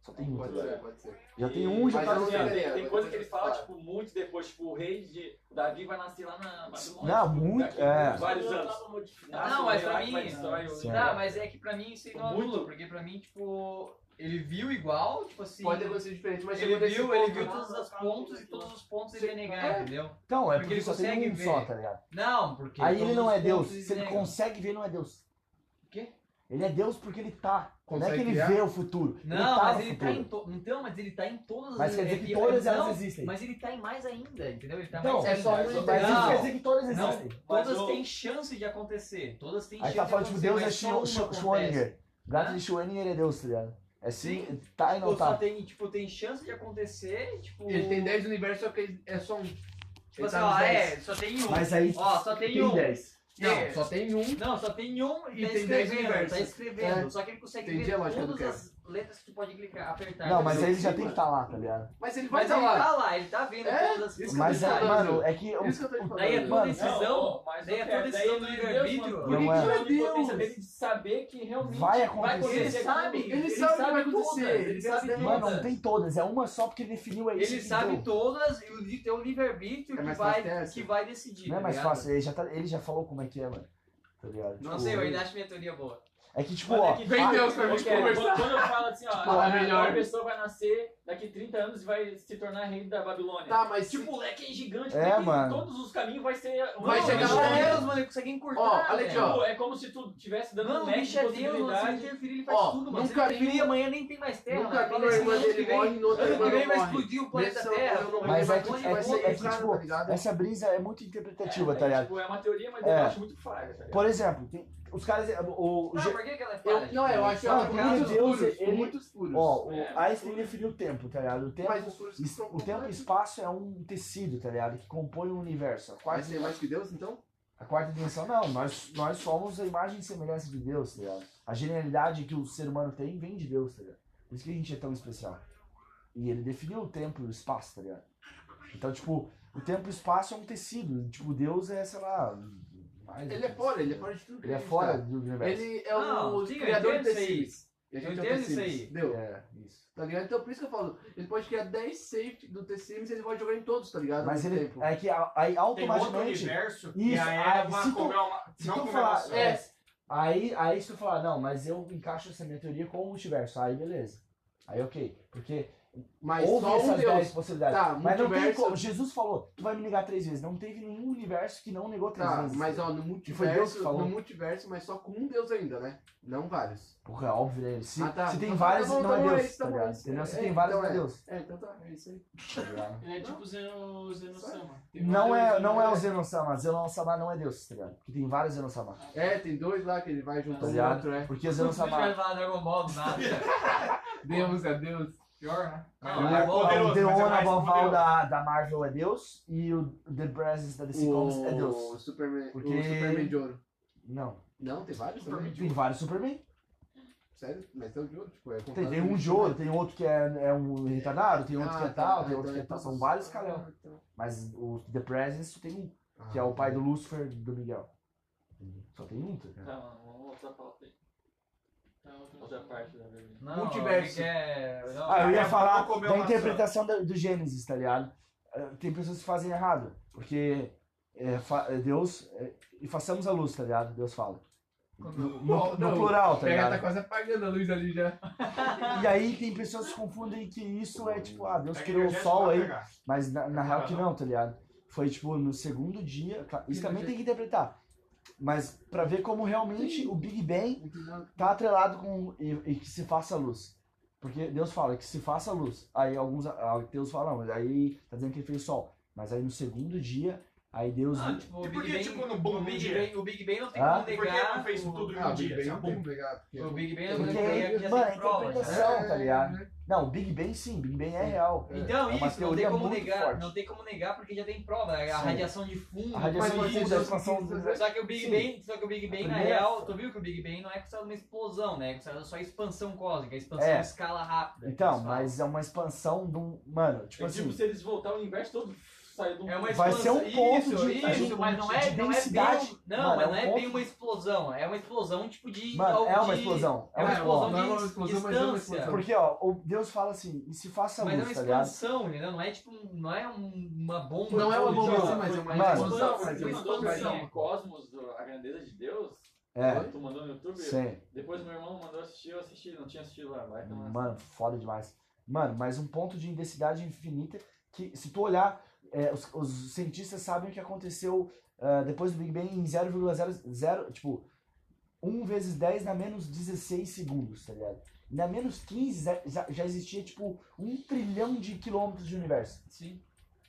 [SPEAKER 3] Só tem um. tá
[SPEAKER 1] Pode
[SPEAKER 3] ligado?
[SPEAKER 1] ser, pode ser.
[SPEAKER 3] Já tem
[SPEAKER 4] E-
[SPEAKER 3] um, já
[SPEAKER 4] mas
[SPEAKER 3] tá
[SPEAKER 4] assim,
[SPEAKER 3] no
[SPEAKER 1] outro.
[SPEAKER 4] ó,
[SPEAKER 3] outro.
[SPEAKER 4] tem- Tem
[SPEAKER 1] Mas
[SPEAKER 4] coisa que ele
[SPEAKER 1] outro
[SPEAKER 4] fala,
[SPEAKER 1] fala.
[SPEAKER 4] tipo, muito depois, tipo, o rei de Davi vai nascer lá na Babilônia.
[SPEAKER 3] Não,
[SPEAKER 4] tipo,
[SPEAKER 3] muito,
[SPEAKER 4] daqui
[SPEAKER 3] é.
[SPEAKER 4] Vários
[SPEAKER 5] Deus
[SPEAKER 4] anos.
[SPEAKER 5] tava modificado.
[SPEAKER 4] Nasce
[SPEAKER 2] Não,
[SPEAKER 4] um
[SPEAKER 2] mas
[SPEAKER 4] rei lá
[SPEAKER 2] pra
[SPEAKER 4] que
[SPEAKER 2] mim-
[SPEAKER 4] vai destrói o-
[SPEAKER 3] Sim.
[SPEAKER 2] Não, mas é que pra mim isso aí não
[SPEAKER 4] Muito.
[SPEAKER 2] anula, porque pra mim, tipo, ele viu igual, tipo assim.
[SPEAKER 1] Pode acontecer diferente, mas
[SPEAKER 2] ele
[SPEAKER 1] chegou nesse
[SPEAKER 2] viu,
[SPEAKER 1] ponto,
[SPEAKER 2] ele viu
[SPEAKER 1] né?
[SPEAKER 2] todas as pontos e todos os pontos ele ia
[SPEAKER 1] É.
[SPEAKER 2] negar, entendeu?
[SPEAKER 3] Então, é
[SPEAKER 2] Porque
[SPEAKER 3] porque
[SPEAKER 2] ele
[SPEAKER 3] só tem
[SPEAKER 2] consegue
[SPEAKER 3] um
[SPEAKER 2] ver.
[SPEAKER 3] só, tá ligado?
[SPEAKER 2] Não, porque.
[SPEAKER 3] Aí ele
[SPEAKER 2] todos
[SPEAKER 3] não
[SPEAKER 2] os
[SPEAKER 3] é Deus.
[SPEAKER 2] pontos eles
[SPEAKER 3] Se ele
[SPEAKER 2] negam.
[SPEAKER 3] consegue ver, ele não é Deus.
[SPEAKER 2] O quê?
[SPEAKER 3] Ele é Deus porque ele tá. Como é
[SPEAKER 1] Consegue
[SPEAKER 3] que ele
[SPEAKER 1] criar?
[SPEAKER 3] vê o futuro?
[SPEAKER 2] Não,
[SPEAKER 3] tá
[SPEAKER 2] mas
[SPEAKER 3] no
[SPEAKER 2] ele
[SPEAKER 3] futuro.
[SPEAKER 2] tá em to... Então, mas ele tá em todas
[SPEAKER 3] Mas
[SPEAKER 2] as.
[SPEAKER 3] quer dizer que
[SPEAKER 2] é-
[SPEAKER 3] todas
[SPEAKER 2] não,
[SPEAKER 3] elas existem.
[SPEAKER 2] Mas ele tá em mais ainda, entendeu? Ele tá
[SPEAKER 3] Então,
[SPEAKER 2] mais
[SPEAKER 1] é só
[SPEAKER 2] ainda.
[SPEAKER 1] um
[SPEAKER 3] Mas isso
[SPEAKER 2] Não,
[SPEAKER 3] quer dizer que todas
[SPEAKER 2] não.
[SPEAKER 3] existem.
[SPEAKER 4] Mas
[SPEAKER 2] Todas
[SPEAKER 4] o-
[SPEAKER 2] têm chance de acontecer. Todas têm
[SPEAKER 3] Aí
[SPEAKER 2] chance
[SPEAKER 3] tá falando,
[SPEAKER 2] de
[SPEAKER 3] tipo,
[SPEAKER 2] acontecer.
[SPEAKER 3] Deus é
[SPEAKER 2] mas só
[SPEAKER 3] Schro-
[SPEAKER 2] uma
[SPEAKER 3] Schro-
[SPEAKER 2] acontece.
[SPEAKER 3] Schrödinger. Gato
[SPEAKER 2] Hã?
[SPEAKER 3] de Schrödinger é Deus, tá ligado? É sim,
[SPEAKER 2] Sim.
[SPEAKER 3] tá e
[SPEAKER 2] Ou
[SPEAKER 3] não
[SPEAKER 2] só
[SPEAKER 3] tá.
[SPEAKER 2] tem, tipo, tem chance de acontecer, tipo.
[SPEAKER 1] Ele tem 10 universos, só que ele é só um.
[SPEAKER 2] Tipo
[SPEAKER 1] Ele
[SPEAKER 2] assim,
[SPEAKER 1] tá nos
[SPEAKER 2] ó,
[SPEAKER 1] 10.
[SPEAKER 2] é, só tem um.
[SPEAKER 3] Mas aí
[SPEAKER 2] Ó, só tem um.
[SPEAKER 3] 10.
[SPEAKER 7] Não, só tem um.
[SPEAKER 2] Não, só tem um e
[SPEAKER 7] E
[SPEAKER 2] tá
[SPEAKER 7] tem dez
[SPEAKER 2] escrevendo,
[SPEAKER 7] universos.
[SPEAKER 2] tá
[SPEAKER 3] É.
[SPEAKER 2] escrevendo. Só que ele consegue
[SPEAKER 1] Entendi a
[SPEAKER 2] ver
[SPEAKER 1] lógica do
[SPEAKER 2] todas
[SPEAKER 1] cara.
[SPEAKER 2] as letras que tu pode clicar, apertar.
[SPEAKER 3] Não, mas
[SPEAKER 2] Tá, Mas
[SPEAKER 3] aí ele já tem que estar lá, tá ligado?
[SPEAKER 1] Mas ele vai
[SPEAKER 2] mas
[SPEAKER 1] estar
[SPEAKER 2] ele
[SPEAKER 1] lá.
[SPEAKER 2] tá lá, ele tá vendo
[SPEAKER 1] É,
[SPEAKER 2] todas
[SPEAKER 1] isso
[SPEAKER 2] as
[SPEAKER 1] que eu
[SPEAKER 3] Mas,
[SPEAKER 1] tô
[SPEAKER 3] é,
[SPEAKER 1] falando.
[SPEAKER 3] mano, é que.
[SPEAKER 1] Isso que eu tô te falando.
[SPEAKER 2] Daí é tudo
[SPEAKER 3] Mano,
[SPEAKER 2] decisão,
[SPEAKER 4] ó, mas
[SPEAKER 2] daí é
[SPEAKER 4] ok,
[SPEAKER 2] toda decisão do
[SPEAKER 4] não é
[SPEAKER 2] livre-arbítrio,
[SPEAKER 4] Deus, mano.
[SPEAKER 3] Não
[SPEAKER 4] Ele
[SPEAKER 3] é.
[SPEAKER 4] tinha a
[SPEAKER 1] Meu Deus.
[SPEAKER 4] onipotência dele de saber que realmente
[SPEAKER 3] Vai
[SPEAKER 4] acontecer.
[SPEAKER 3] acontecer.
[SPEAKER 2] Ele sabe,
[SPEAKER 4] aquilo.
[SPEAKER 1] Ele sabe o que vai acontecer,
[SPEAKER 4] todas,
[SPEAKER 1] ele sabe
[SPEAKER 4] todas.
[SPEAKER 3] Mano, não tem todas, é uma só porque ele definiu é isso.
[SPEAKER 2] Ele
[SPEAKER 3] que
[SPEAKER 2] sabe
[SPEAKER 3] deu.
[SPEAKER 2] todas e o li- tem o livre-arbítrio
[SPEAKER 1] É
[SPEAKER 2] que,
[SPEAKER 1] mais fácil
[SPEAKER 2] vai,
[SPEAKER 1] essa.
[SPEAKER 2] que vai decidir.
[SPEAKER 3] Não é
[SPEAKER 2] tá
[SPEAKER 3] mais
[SPEAKER 2] ligado?
[SPEAKER 3] fácil, ele já, tá- ele já falou como é que é, mano. Tá ligado?
[SPEAKER 2] Não
[SPEAKER 3] Tipo,
[SPEAKER 2] sei, eu ainda acho minha teoria boa.
[SPEAKER 3] É que, tipo,
[SPEAKER 4] Olha
[SPEAKER 3] ó.
[SPEAKER 4] que-
[SPEAKER 1] vem
[SPEAKER 4] ah,
[SPEAKER 1] Deus pra
[SPEAKER 4] eu
[SPEAKER 1] gente
[SPEAKER 4] quero.
[SPEAKER 1] conversar.
[SPEAKER 4] Quando eu falo assim, ó,
[SPEAKER 1] Fala
[SPEAKER 4] a,
[SPEAKER 1] melhor.
[SPEAKER 4] a pessoa vai nascer daqui 30 anos e vai se tornar rei da Babilônia.
[SPEAKER 1] Tá, mas
[SPEAKER 4] Tipo,
[SPEAKER 1] tipo,
[SPEAKER 4] o moleque é gigante,
[SPEAKER 3] É,
[SPEAKER 4] tem que-
[SPEAKER 3] mano.
[SPEAKER 4] todos os caminhos vai ser.
[SPEAKER 1] Vai
[SPEAKER 4] Não,
[SPEAKER 1] chegar
[SPEAKER 4] mas
[SPEAKER 1] lá,
[SPEAKER 4] é-
[SPEAKER 1] é-
[SPEAKER 2] Deus, mano, ele consegue encurtar.
[SPEAKER 1] Ó, olha aqui,
[SPEAKER 2] velho.
[SPEAKER 1] ó.
[SPEAKER 4] É como se tu estivesse dando
[SPEAKER 2] Mano,
[SPEAKER 4] um
[SPEAKER 2] o
[SPEAKER 4] leque
[SPEAKER 2] bicho
[SPEAKER 4] de
[SPEAKER 2] é Deus, mano. Se ele
[SPEAKER 4] possibilidade.
[SPEAKER 2] interferir, ele faz
[SPEAKER 1] Ó,
[SPEAKER 2] tudo, mano. Se ele
[SPEAKER 1] nunca vi-
[SPEAKER 2] interferir, amanhã nem tem mais terra.
[SPEAKER 1] nunca vi
[SPEAKER 2] mano.
[SPEAKER 1] uma
[SPEAKER 2] Parece
[SPEAKER 1] irmã
[SPEAKER 2] que
[SPEAKER 1] dele
[SPEAKER 2] vem-
[SPEAKER 1] morre e no outro
[SPEAKER 2] Ano que
[SPEAKER 1] irmão
[SPEAKER 2] vem vai
[SPEAKER 1] não morre.
[SPEAKER 2] explodir o
[SPEAKER 1] Mesmo
[SPEAKER 2] planeta
[SPEAKER 1] se eu-
[SPEAKER 2] Terra.
[SPEAKER 1] eu não
[SPEAKER 2] mano.
[SPEAKER 3] Mas
[SPEAKER 1] vai
[SPEAKER 3] é que,
[SPEAKER 1] morrer,
[SPEAKER 3] é
[SPEAKER 1] vai
[SPEAKER 3] que-
[SPEAKER 1] ser
[SPEAKER 3] é que,
[SPEAKER 1] entrada,
[SPEAKER 3] tipo,
[SPEAKER 1] tá ligado?
[SPEAKER 3] essa brisa é muito interpretativa,
[SPEAKER 4] É,
[SPEAKER 3] tá
[SPEAKER 4] é,
[SPEAKER 3] ligado?
[SPEAKER 4] Tipo, é uma teoria, mas
[SPEAKER 3] É.
[SPEAKER 4] eu acho muito falha. Tá ligado?
[SPEAKER 3] Por exemplo, tem- os caras. O, o,
[SPEAKER 2] Não,
[SPEAKER 3] Ge-
[SPEAKER 2] por que que ela é falha?
[SPEAKER 1] Eu, não, eu acho
[SPEAKER 3] Ah,
[SPEAKER 1] ela
[SPEAKER 3] porque
[SPEAKER 1] muito
[SPEAKER 3] Deus,
[SPEAKER 1] escuros,
[SPEAKER 3] ele-
[SPEAKER 1] muito escuros.
[SPEAKER 3] ó, o
[SPEAKER 4] É.
[SPEAKER 3] Einstein definiu o tempo, tá ligado? O tempo,
[SPEAKER 1] Mas os furos que
[SPEAKER 3] es-
[SPEAKER 1] são
[SPEAKER 3] o tempo e
[SPEAKER 1] completos-
[SPEAKER 3] espaço é um tecido, tá ligado? Que compõe o universo. A
[SPEAKER 1] Vai
[SPEAKER 3] quarta,
[SPEAKER 1] ser mais que Deus, então?
[SPEAKER 3] a quarta dimensão, não. Nós, nós somos a imagem e semelhança de Deus, tá ligado? A genialidade que o ser humano tem vem de Deus, tá ligado? Por isso que a gente é tão especial. E ele definiu o tempo e o espaço, tá ligado? Então, tipo, o tempo e o espaço é um tecido. Tipo, Deus é, sei lá. mais
[SPEAKER 1] Ele é fora, ele é fora de tudo. que
[SPEAKER 3] Ele é
[SPEAKER 1] gente
[SPEAKER 3] fora
[SPEAKER 1] tá.
[SPEAKER 3] do universo.
[SPEAKER 1] Ele é
[SPEAKER 2] Não,
[SPEAKER 1] o
[SPEAKER 2] sim, eu
[SPEAKER 1] criador
[SPEAKER 2] entendo
[SPEAKER 1] de
[SPEAKER 2] isso aí.
[SPEAKER 1] Sims. E a gente
[SPEAKER 2] Eu
[SPEAKER 1] é o The
[SPEAKER 2] entendo isso
[SPEAKER 1] Sims.
[SPEAKER 2] aí.
[SPEAKER 1] Deu.
[SPEAKER 3] É, isso.
[SPEAKER 1] Tá ligado? Então por isso que eu falo, ele pode criar 10 safe do The Sims e ele pode jogar em todos, tá ligado?
[SPEAKER 3] Mas
[SPEAKER 1] Ao
[SPEAKER 3] ele
[SPEAKER 1] mesmo tempo.
[SPEAKER 3] é que a- aí
[SPEAKER 8] Tem outro
[SPEAKER 3] automaticamente.
[SPEAKER 8] universo
[SPEAKER 3] Isso,
[SPEAKER 8] e a
[SPEAKER 3] ah,
[SPEAKER 8] Eva
[SPEAKER 3] se tu-
[SPEAKER 8] comeu uma.
[SPEAKER 3] se
[SPEAKER 8] não
[SPEAKER 3] tu
[SPEAKER 8] comeu
[SPEAKER 3] falar-
[SPEAKER 8] maçã.
[SPEAKER 1] É,
[SPEAKER 3] Aí, aí se tu falar, não, mas eu encaixo essa minha teoria com o multiverso. Aí beleza. Aí ok. Porque
[SPEAKER 1] mas
[SPEAKER 3] houve
[SPEAKER 1] só um
[SPEAKER 3] essas 10
[SPEAKER 1] Deus.
[SPEAKER 3] possibilidades.
[SPEAKER 1] Tá,
[SPEAKER 3] mas não tem
[SPEAKER 1] multiverso-
[SPEAKER 3] como. Jesus falou, tu vai me negar três vezes. Não teve nenhum universo que não negou três
[SPEAKER 1] Tá,
[SPEAKER 3] vezes.
[SPEAKER 1] mas ó, no
[SPEAKER 3] né? foi Deus que
[SPEAKER 1] multiverso,
[SPEAKER 3] falou.
[SPEAKER 1] no multiverso, mas só com um Deus ainda, né? Não vários.
[SPEAKER 3] Porra, óbvio, né? Se,
[SPEAKER 1] Ah, tá.
[SPEAKER 3] se tem
[SPEAKER 1] Tá bom,
[SPEAKER 3] vários,
[SPEAKER 1] tá bom,
[SPEAKER 3] não é
[SPEAKER 1] tá bom, é
[SPEAKER 3] Deus.
[SPEAKER 1] isso, tá
[SPEAKER 3] Tá
[SPEAKER 1] bom, é
[SPEAKER 3] ligado?
[SPEAKER 1] isso.
[SPEAKER 3] Entendeu? Se
[SPEAKER 1] É,
[SPEAKER 3] tem vários, não
[SPEAKER 1] então
[SPEAKER 3] é
[SPEAKER 1] é.
[SPEAKER 3] Deus.
[SPEAKER 1] É, então tá, é isso aí.
[SPEAKER 3] tá ligado?
[SPEAKER 9] Ele é tipo Zeno, Zeno Sama. Tem
[SPEAKER 3] Não
[SPEAKER 9] vários
[SPEAKER 3] é,
[SPEAKER 9] Zeno-
[SPEAKER 3] não é o Zenon-sama. Zenon-sama não é Deus, tá ligado? Porque tem vários Zenon-sama.
[SPEAKER 1] É, tem dois lá que ele vai juntar
[SPEAKER 3] Tá
[SPEAKER 1] um
[SPEAKER 3] ligado?
[SPEAKER 1] outro, é.
[SPEAKER 3] Porque
[SPEAKER 2] Não sei se
[SPEAKER 3] Zenon-sama
[SPEAKER 2] vai falar Dragon Ball do nada.
[SPEAKER 7] Deus, é Deus.
[SPEAKER 2] Pior, né?
[SPEAKER 1] Ah,
[SPEAKER 8] Mas
[SPEAKER 2] Não,
[SPEAKER 8] ele é
[SPEAKER 2] é bom.
[SPEAKER 3] O
[SPEAKER 8] poderoso, mas é
[SPEAKER 3] Deona
[SPEAKER 8] mais
[SPEAKER 3] Boval
[SPEAKER 8] poderoso.
[SPEAKER 3] da, da Marvel é Deus e o The Presence da DC Comics é
[SPEAKER 1] O
[SPEAKER 3] Deus.
[SPEAKER 1] Superman,
[SPEAKER 3] Porque-
[SPEAKER 1] o Superman de ouro.
[SPEAKER 3] Não.
[SPEAKER 1] Não, tem vários também. tipo,
[SPEAKER 3] Tem vários Superman.
[SPEAKER 1] Sério? Mas tem o de ouro, tipo, é
[SPEAKER 3] Tem, tem um de ouro, tem outro que é, é um retardado, tem
[SPEAKER 1] Ah,
[SPEAKER 3] outro que é
[SPEAKER 1] tá.
[SPEAKER 3] tal, tem outro
[SPEAKER 1] então
[SPEAKER 3] que é tal. São vários
[SPEAKER 1] um.
[SPEAKER 3] caras. Mas o The Presence tem um,
[SPEAKER 1] tá.
[SPEAKER 3] que é
[SPEAKER 1] Ah,
[SPEAKER 3] o pai do Lucifer do Miguel. Só tem um, tá ligado?
[SPEAKER 4] Tá, mano, vamos voltar pra outra aí.
[SPEAKER 9] Tá, outro-
[SPEAKER 4] Outra parte da Bíblia.
[SPEAKER 2] Não,
[SPEAKER 7] Multiverso.
[SPEAKER 2] ele quer- não,
[SPEAKER 3] Ah, eu ia
[SPEAKER 8] Eva
[SPEAKER 3] falar
[SPEAKER 8] comeu
[SPEAKER 3] da
[SPEAKER 8] maçã.
[SPEAKER 3] interpretação da- do, Gênesis, tá ligado? Eh, Tem pessoas que fazem errado, porque é, fa- é, Deus. é, e façamos a luz, tá ligado? Deus fala. No, no- no
[SPEAKER 7] Não,
[SPEAKER 3] plural, tá
[SPEAKER 7] Pega,
[SPEAKER 3] ligado?
[SPEAKER 7] tá quase apagando a luz ali já.
[SPEAKER 3] E aí tem pessoas que confundem que isso é tipo, ah, Deus
[SPEAKER 8] Pega
[SPEAKER 3] criou o
[SPEAKER 8] energético
[SPEAKER 3] sol
[SPEAKER 8] pra
[SPEAKER 3] aí,
[SPEAKER 8] pegar.
[SPEAKER 3] mas na, na
[SPEAKER 8] Tá
[SPEAKER 3] real que
[SPEAKER 8] errado.
[SPEAKER 3] não, tá ligado? Foi tipo no segundo dia, tá, isso também
[SPEAKER 7] é
[SPEAKER 3] tem que interpretar. Mas pra ver como realmente o Big Bang tá atrelado com e, e que se faça luz. Porque Deus fala que se faça luz. Aí alguns ateus falam, não, mas aí tá dizendo que ele fez sol. Mas aí no segundo dia, aí Deus.
[SPEAKER 2] Ah, tipo, o
[SPEAKER 8] E
[SPEAKER 2] Big
[SPEAKER 8] por que,
[SPEAKER 2] Bang,
[SPEAKER 8] tipo, no bom
[SPEAKER 2] o Big
[SPEAKER 8] dia?
[SPEAKER 2] Bang, o Big Bang não tem
[SPEAKER 3] Ah?
[SPEAKER 2] como
[SPEAKER 8] Por que
[SPEAKER 2] negar.
[SPEAKER 8] não fez
[SPEAKER 2] o-
[SPEAKER 8] tudo em um
[SPEAKER 1] Ah, o Big
[SPEAKER 8] dia?
[SPEAKER 1] Bang
[SPEAKER 8] essa
[SPEAKER 1] não tem
[SPEAKER 8] bomba?
[SPEAKER 1] pegado. porque-
[SPEAKER 2] O Big Bang não
[SPEAKER 3] porque
[SPEAKER 2] tem
[SPEAKER 3] aí,
[SPEAKER 2] aqui já
[SPEAKER 3] mano, é
[SPEAKER 2] tem né? prova.
[SPEAKER 3] interpretação, tá ligado? Não, Big Bang sim, Big Bang é real.
[SPEAKER 2] Então
[SPEAKER 3] É uma
[SPEAKER 2] isso, não tem
[SPEAKER 3] teoria
[SPEAKER 2] como
[SPEAKER 3] muito
[SPEAKER 2] negar,
[SPEAKER 3] forte.
[SPEAKER 2] não tem como negar porque já tem prova, né? a
[SPEAKER 3] Sim.
[SPEAKER 2] radiação de fundo.
[SPEAKER 3] A radiação
[SPEAKER 1] Mas
[SPEAKER 3] de é
[SPEAKER 1] vocês
[SPEAKER 3] fundo da
[SPEAKER 1] já
[SPEAKER 3] expansão do
[SPEAKER 1] precisam-
[SPEAKER 2] Só que o Big
[SPEAKER 3] Sim.
[SPEAKER 2] Bang, só que o Big Bang na
[SPEAKER 3] primeira-
[SPEAKER 2] real, tu viu que o Big Bang não é considerado uma explosão, né? É considerado só expansão cósmica, expansão
[SPEAKER 3] É.
[SPEAKER 2] em escala rápida.
[SPEAKER 3] Então,
[SPEAKER 2] pessoal.
[SPEAKER 3] mas é uma expansão de um. Mano, tipo
[SPEAKER 4] É
[SPEAKER 3] assim.
[SPEAKER 4] tipo, se eles voltar o universo todo, saiu do
[SPEAKER 2] É uma
[SPEAKER 3] Vai
[SPEAKER 2] expansão-
[SPEAKER 3] ser um ponto
[SPEAKER 2] isso,
[SPEAKER 3] de-
[SPEAKER 2] isso,
[SPEAKER 3] de-
[SPEAKER 2] mas não é,
[SPEAKER 3] de
[SPEAKER 2] não é
[SPEAKER 3] densidade.
[SPEAKER 2] bem, não,
[SPEAKER 3] Mano,
[SPEAKER 2] mas
[SPEAKER 3] é um
[SPEAKER 2] não é bem
[SPEAKER 3] ponto-
[SPEAKER 2] uma explosão, é uma explosão tipo de
[SPEAKER 3] Mano, é uma
[SPEAKER 2] de-
[SPEAKER 3] explosão.
[SPEAKER 2] É uma explosão
[SPEAKER 7] Não é uma
[SPEAKER 2] de
[SPEAKER 7] explosão, mas é uma
[SPEAKER 2] distância.
[SPEAKER 7] explosão.
[SPEAKER 3] Porque, ó, o Deus fala assim, e se faça
[SPEAKER 2] Mas é
[SPEAKER 3] luz,
[SPEAKER 2] uma
[SPEAKER 3] tá ligado?
[SPEAKER 2] expansão, entendeu? Não é tipo, um- não é um- uma bomba.
[SPEAKER 1] Não é uma bomba, assim,
[SPEAKER 2] explosiva.
[SPEAKER 1] mas é uma
[SPEAKER 3] Mano.
[SPEAKER 1] explosão.
[SPEAKER 4] Mas
[SPEAKER 1] mas é
[SPEAKER 4] você
[SPEAKER 1] uma
[SPEAKER 4] mandou
[SPEAKER 1] explosão.
[SPEAKER 4] pra mim, Cosmos, a grandeza de Deus?
[SPEAKER 3] É,
[SPEAKER 4] Tu mandou no YouTube?
[SPEAKER 3] sim.
[SPEAKER 4] Depois meu irmão mandou assistir, eu assisti, não tinha assistido lá.
[SPEAKER 2] É
[SPEAKER 4] Vai tomar.
[SPEAKER 3] Mano, foda demais. Mano, mas um ponto de intensidade infinita que, se tu olhar, é, os, os cientistas sabem o que aconteceu ah, depois do Big Bang em 0,00, tipo, 1 vezes 10 na menos 16 segundos, tá ligado? Na menos 15 já- já, já existia, tipo, um trilhão de quilômetros de universo.
[SPEAKER 2] Sim.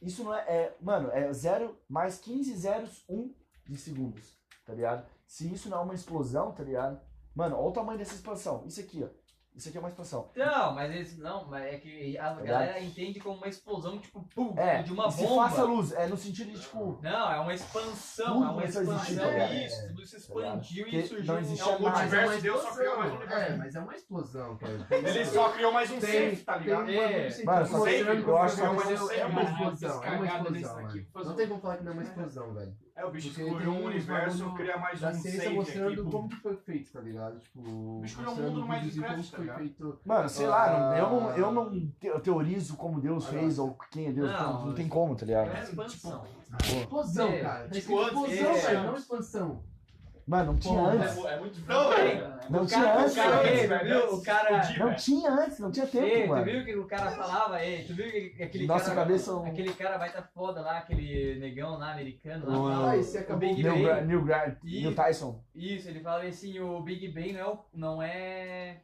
[SPEAKER 3] Isso não é. é- mano, é 0 mais 15 zeros 1 de segundos, tá ligado? Se isso não é uma explosão, tá ligado? Mano, olha o tamanho dessa expansão. Isso aqui, ó. Isso aqui é uma expansão.
[SPEAKER 2] Não, Então, mas eles. Não, mas é que a
[SPEAKER 3] Verdade.
[SPEAKER 2] galera entende como uma explosão, tipo, pum,
[SPEAKER 3] É,
[SPEAKER 2] de uma
[SPEAKER 3] e se
[SPEAKER 2] bomba.
[SPEAKER 3] faça luz, é no sentido de, tipo,
[SPEAKER 2] Não, é uma expansão,
[SPEAKER 3] Tudo
[SPEAKER 2] é uma
[SPEAKER 3] começou a existir,
[SPEAKER 2] expansão. É
[SPEAKER 3] tá ligado?
[SPEAKER 2] isso, tudo se
[SPEAKER 3] ligado?
[SPEAKER 2] expandiu
[SPEAKER 3] Porque
[SPEAKER 2] e surgiu.
[SPEAKER 3] não
[SPEAKER 2] um-
[SPEAKER 3] existe
[SPEAKER 2] é um
[SPEAKER 3] mais uma
[SPEAKER 2] multiverso.
[SPEAKER 10] multiverso deu, só criou mais um universo.
[SPEAKER 1] É, mas é uma explosão, cara.
[SPEAKER 10] Ele só criou mais um
[SPEAKER 1] Tem-
[SPEAKER 10] safe, tá
[SPEAKER 1] Tem um
[SPEAKER 10] ligado?
[SPEAKER 1] bagulho sem
[SPEAKER 3] Mano,
[SPEAKER 1] ter
[SPEAKER 3] só
[SPEAKER 1] mostrando
[SPEAKER 10] sempre
[SPEAKER 1] que o
[SPEAKER 10] gosta,
[SPEAKER 1] bagulho
[SPEAKER 10] mas eu
[SPEAKER 1] é uma
[SPEAKER 10] sempre-
[SPEAKER 1] explosão, é uma
[SPEAKER 11] Cagada
[SPEAKER 1] explosão,
[SPEAKER 11] nesse
[SPEAKER 1] mano.
[SPEAKER 11] aqui, fazer
[SPEAKER 1] Não
[SPEAKER 11] um-
[SPEAKER 1] tem como falar que não é uma explosão, velho.
[SPEAKER 10] É, o bicho
[SPEAKER 1] Porque
[SPEAKER 10] escolheu
[SPEAKER 1] tem
[SPEAKER 10] um
[SPEAKER 1] uns
[SPEAKER 10] universo,
[SPEAKER 1] bagulho
[SPEAKER 10] cria mais
[SPEAKER 1] Da
[SPEAKER 10] um
[SPEAKER 1] ciência
[SPEAKER 10] safe aqui.
[SPEAKER 1] mostrando como
[SPEAKER 10] pum.
[SPEAKER 1] que foi feito, tá ligado? Tipo,
[SPEAKER 10] Mas escolheu um
[SPEAKER 1] mostrando
[SPEAKER 10] mundo no
[SPEAKER 1] vídeos e como
[SPEAKER 10] Minecraft, tá
[SPEAKER 1] foi
[SPEAKER 10] ligado?
[SPEAKER 1] feito.
[SPEAKER 3] mano, sei lá, não- eu não,
[SPEAKER 1] Ah.
[SPEAKER 3] eu não te- eu teorizo como Deus
[SPEAKER 1] Ah,
[SPEAKER 3] fez ou quem é Deus,
[SPEAKER 2] Não,
[SPEAKER 3] não, não tem como, tá ligado?
[SPEAKER 2] É uma expansão.
[SPEAKER 3] Ah,
[SPEAKER 1] Explosão,
[SPEAKER 2] É,
[SPEAKER 1] cara. Tá
[SPEAKER 10] tipo,
[SPEAKER 1] escrito
[SPEAKER 10] antes-
[SPEAKER 1] explosão,
[SPEAKER 2] é.
[SPEAKER 1] velho, não expansão.
[SPEAKER 3] Mano, não tinha
[SPEAKER 1] Bom,
[SPEAKER 3] antes.
[SPEAKER 4] É, é muito
[SPEAKER 10] Não, velho.
[SPEAKER 3] Não
[SPEAKER 2] O
[SPEAKER 3] tinha
[SPEAKER 2] cara,
[SPEAKER 3] antes,
[SPEAKER 2] o cara,
[SPEAKER 3] velho.
[SPEAKER 2] ei, É, viu? O cara.
[SPEAKER 10] Fudido, é.
[SPEAKER 3] Não
[SPEAKER 10] velho.
[SPEAKER 3] tinha antes, não tinha tempo,
[SPEAKER 2] Ei, tu
[SPEAKER 3] mano.
[SPEAKER 2] viu o que o cara falava? Ei, tu viu que aquele
[SPEAKER 3] Nossa
[SPEAKER 2] cara.
[SPEAKER 3] cabeça é um-
[SPEAKER 2] Aquele cara vai tá foda lá, aquele negão lá americano lá.
[SPEAKER 3] Um-
[SPEAKER 2] fala,
[SPEAKER 1] Ah, esse
[SPEAKER 2] o
[SPEAKER 1] acabou
[SPEAKER 2] Big
[SPEAKER 1] o-
[SPEAKER 2] Bang.
[SPEAKER 3] Neil, Gra- Neil, Gra-
[SPEAKER 2] E-
[SPEAKER 3] Neil Tyson.
[SPEAKER 2] Isso, ele fala assim, o Big Bang não é o, não é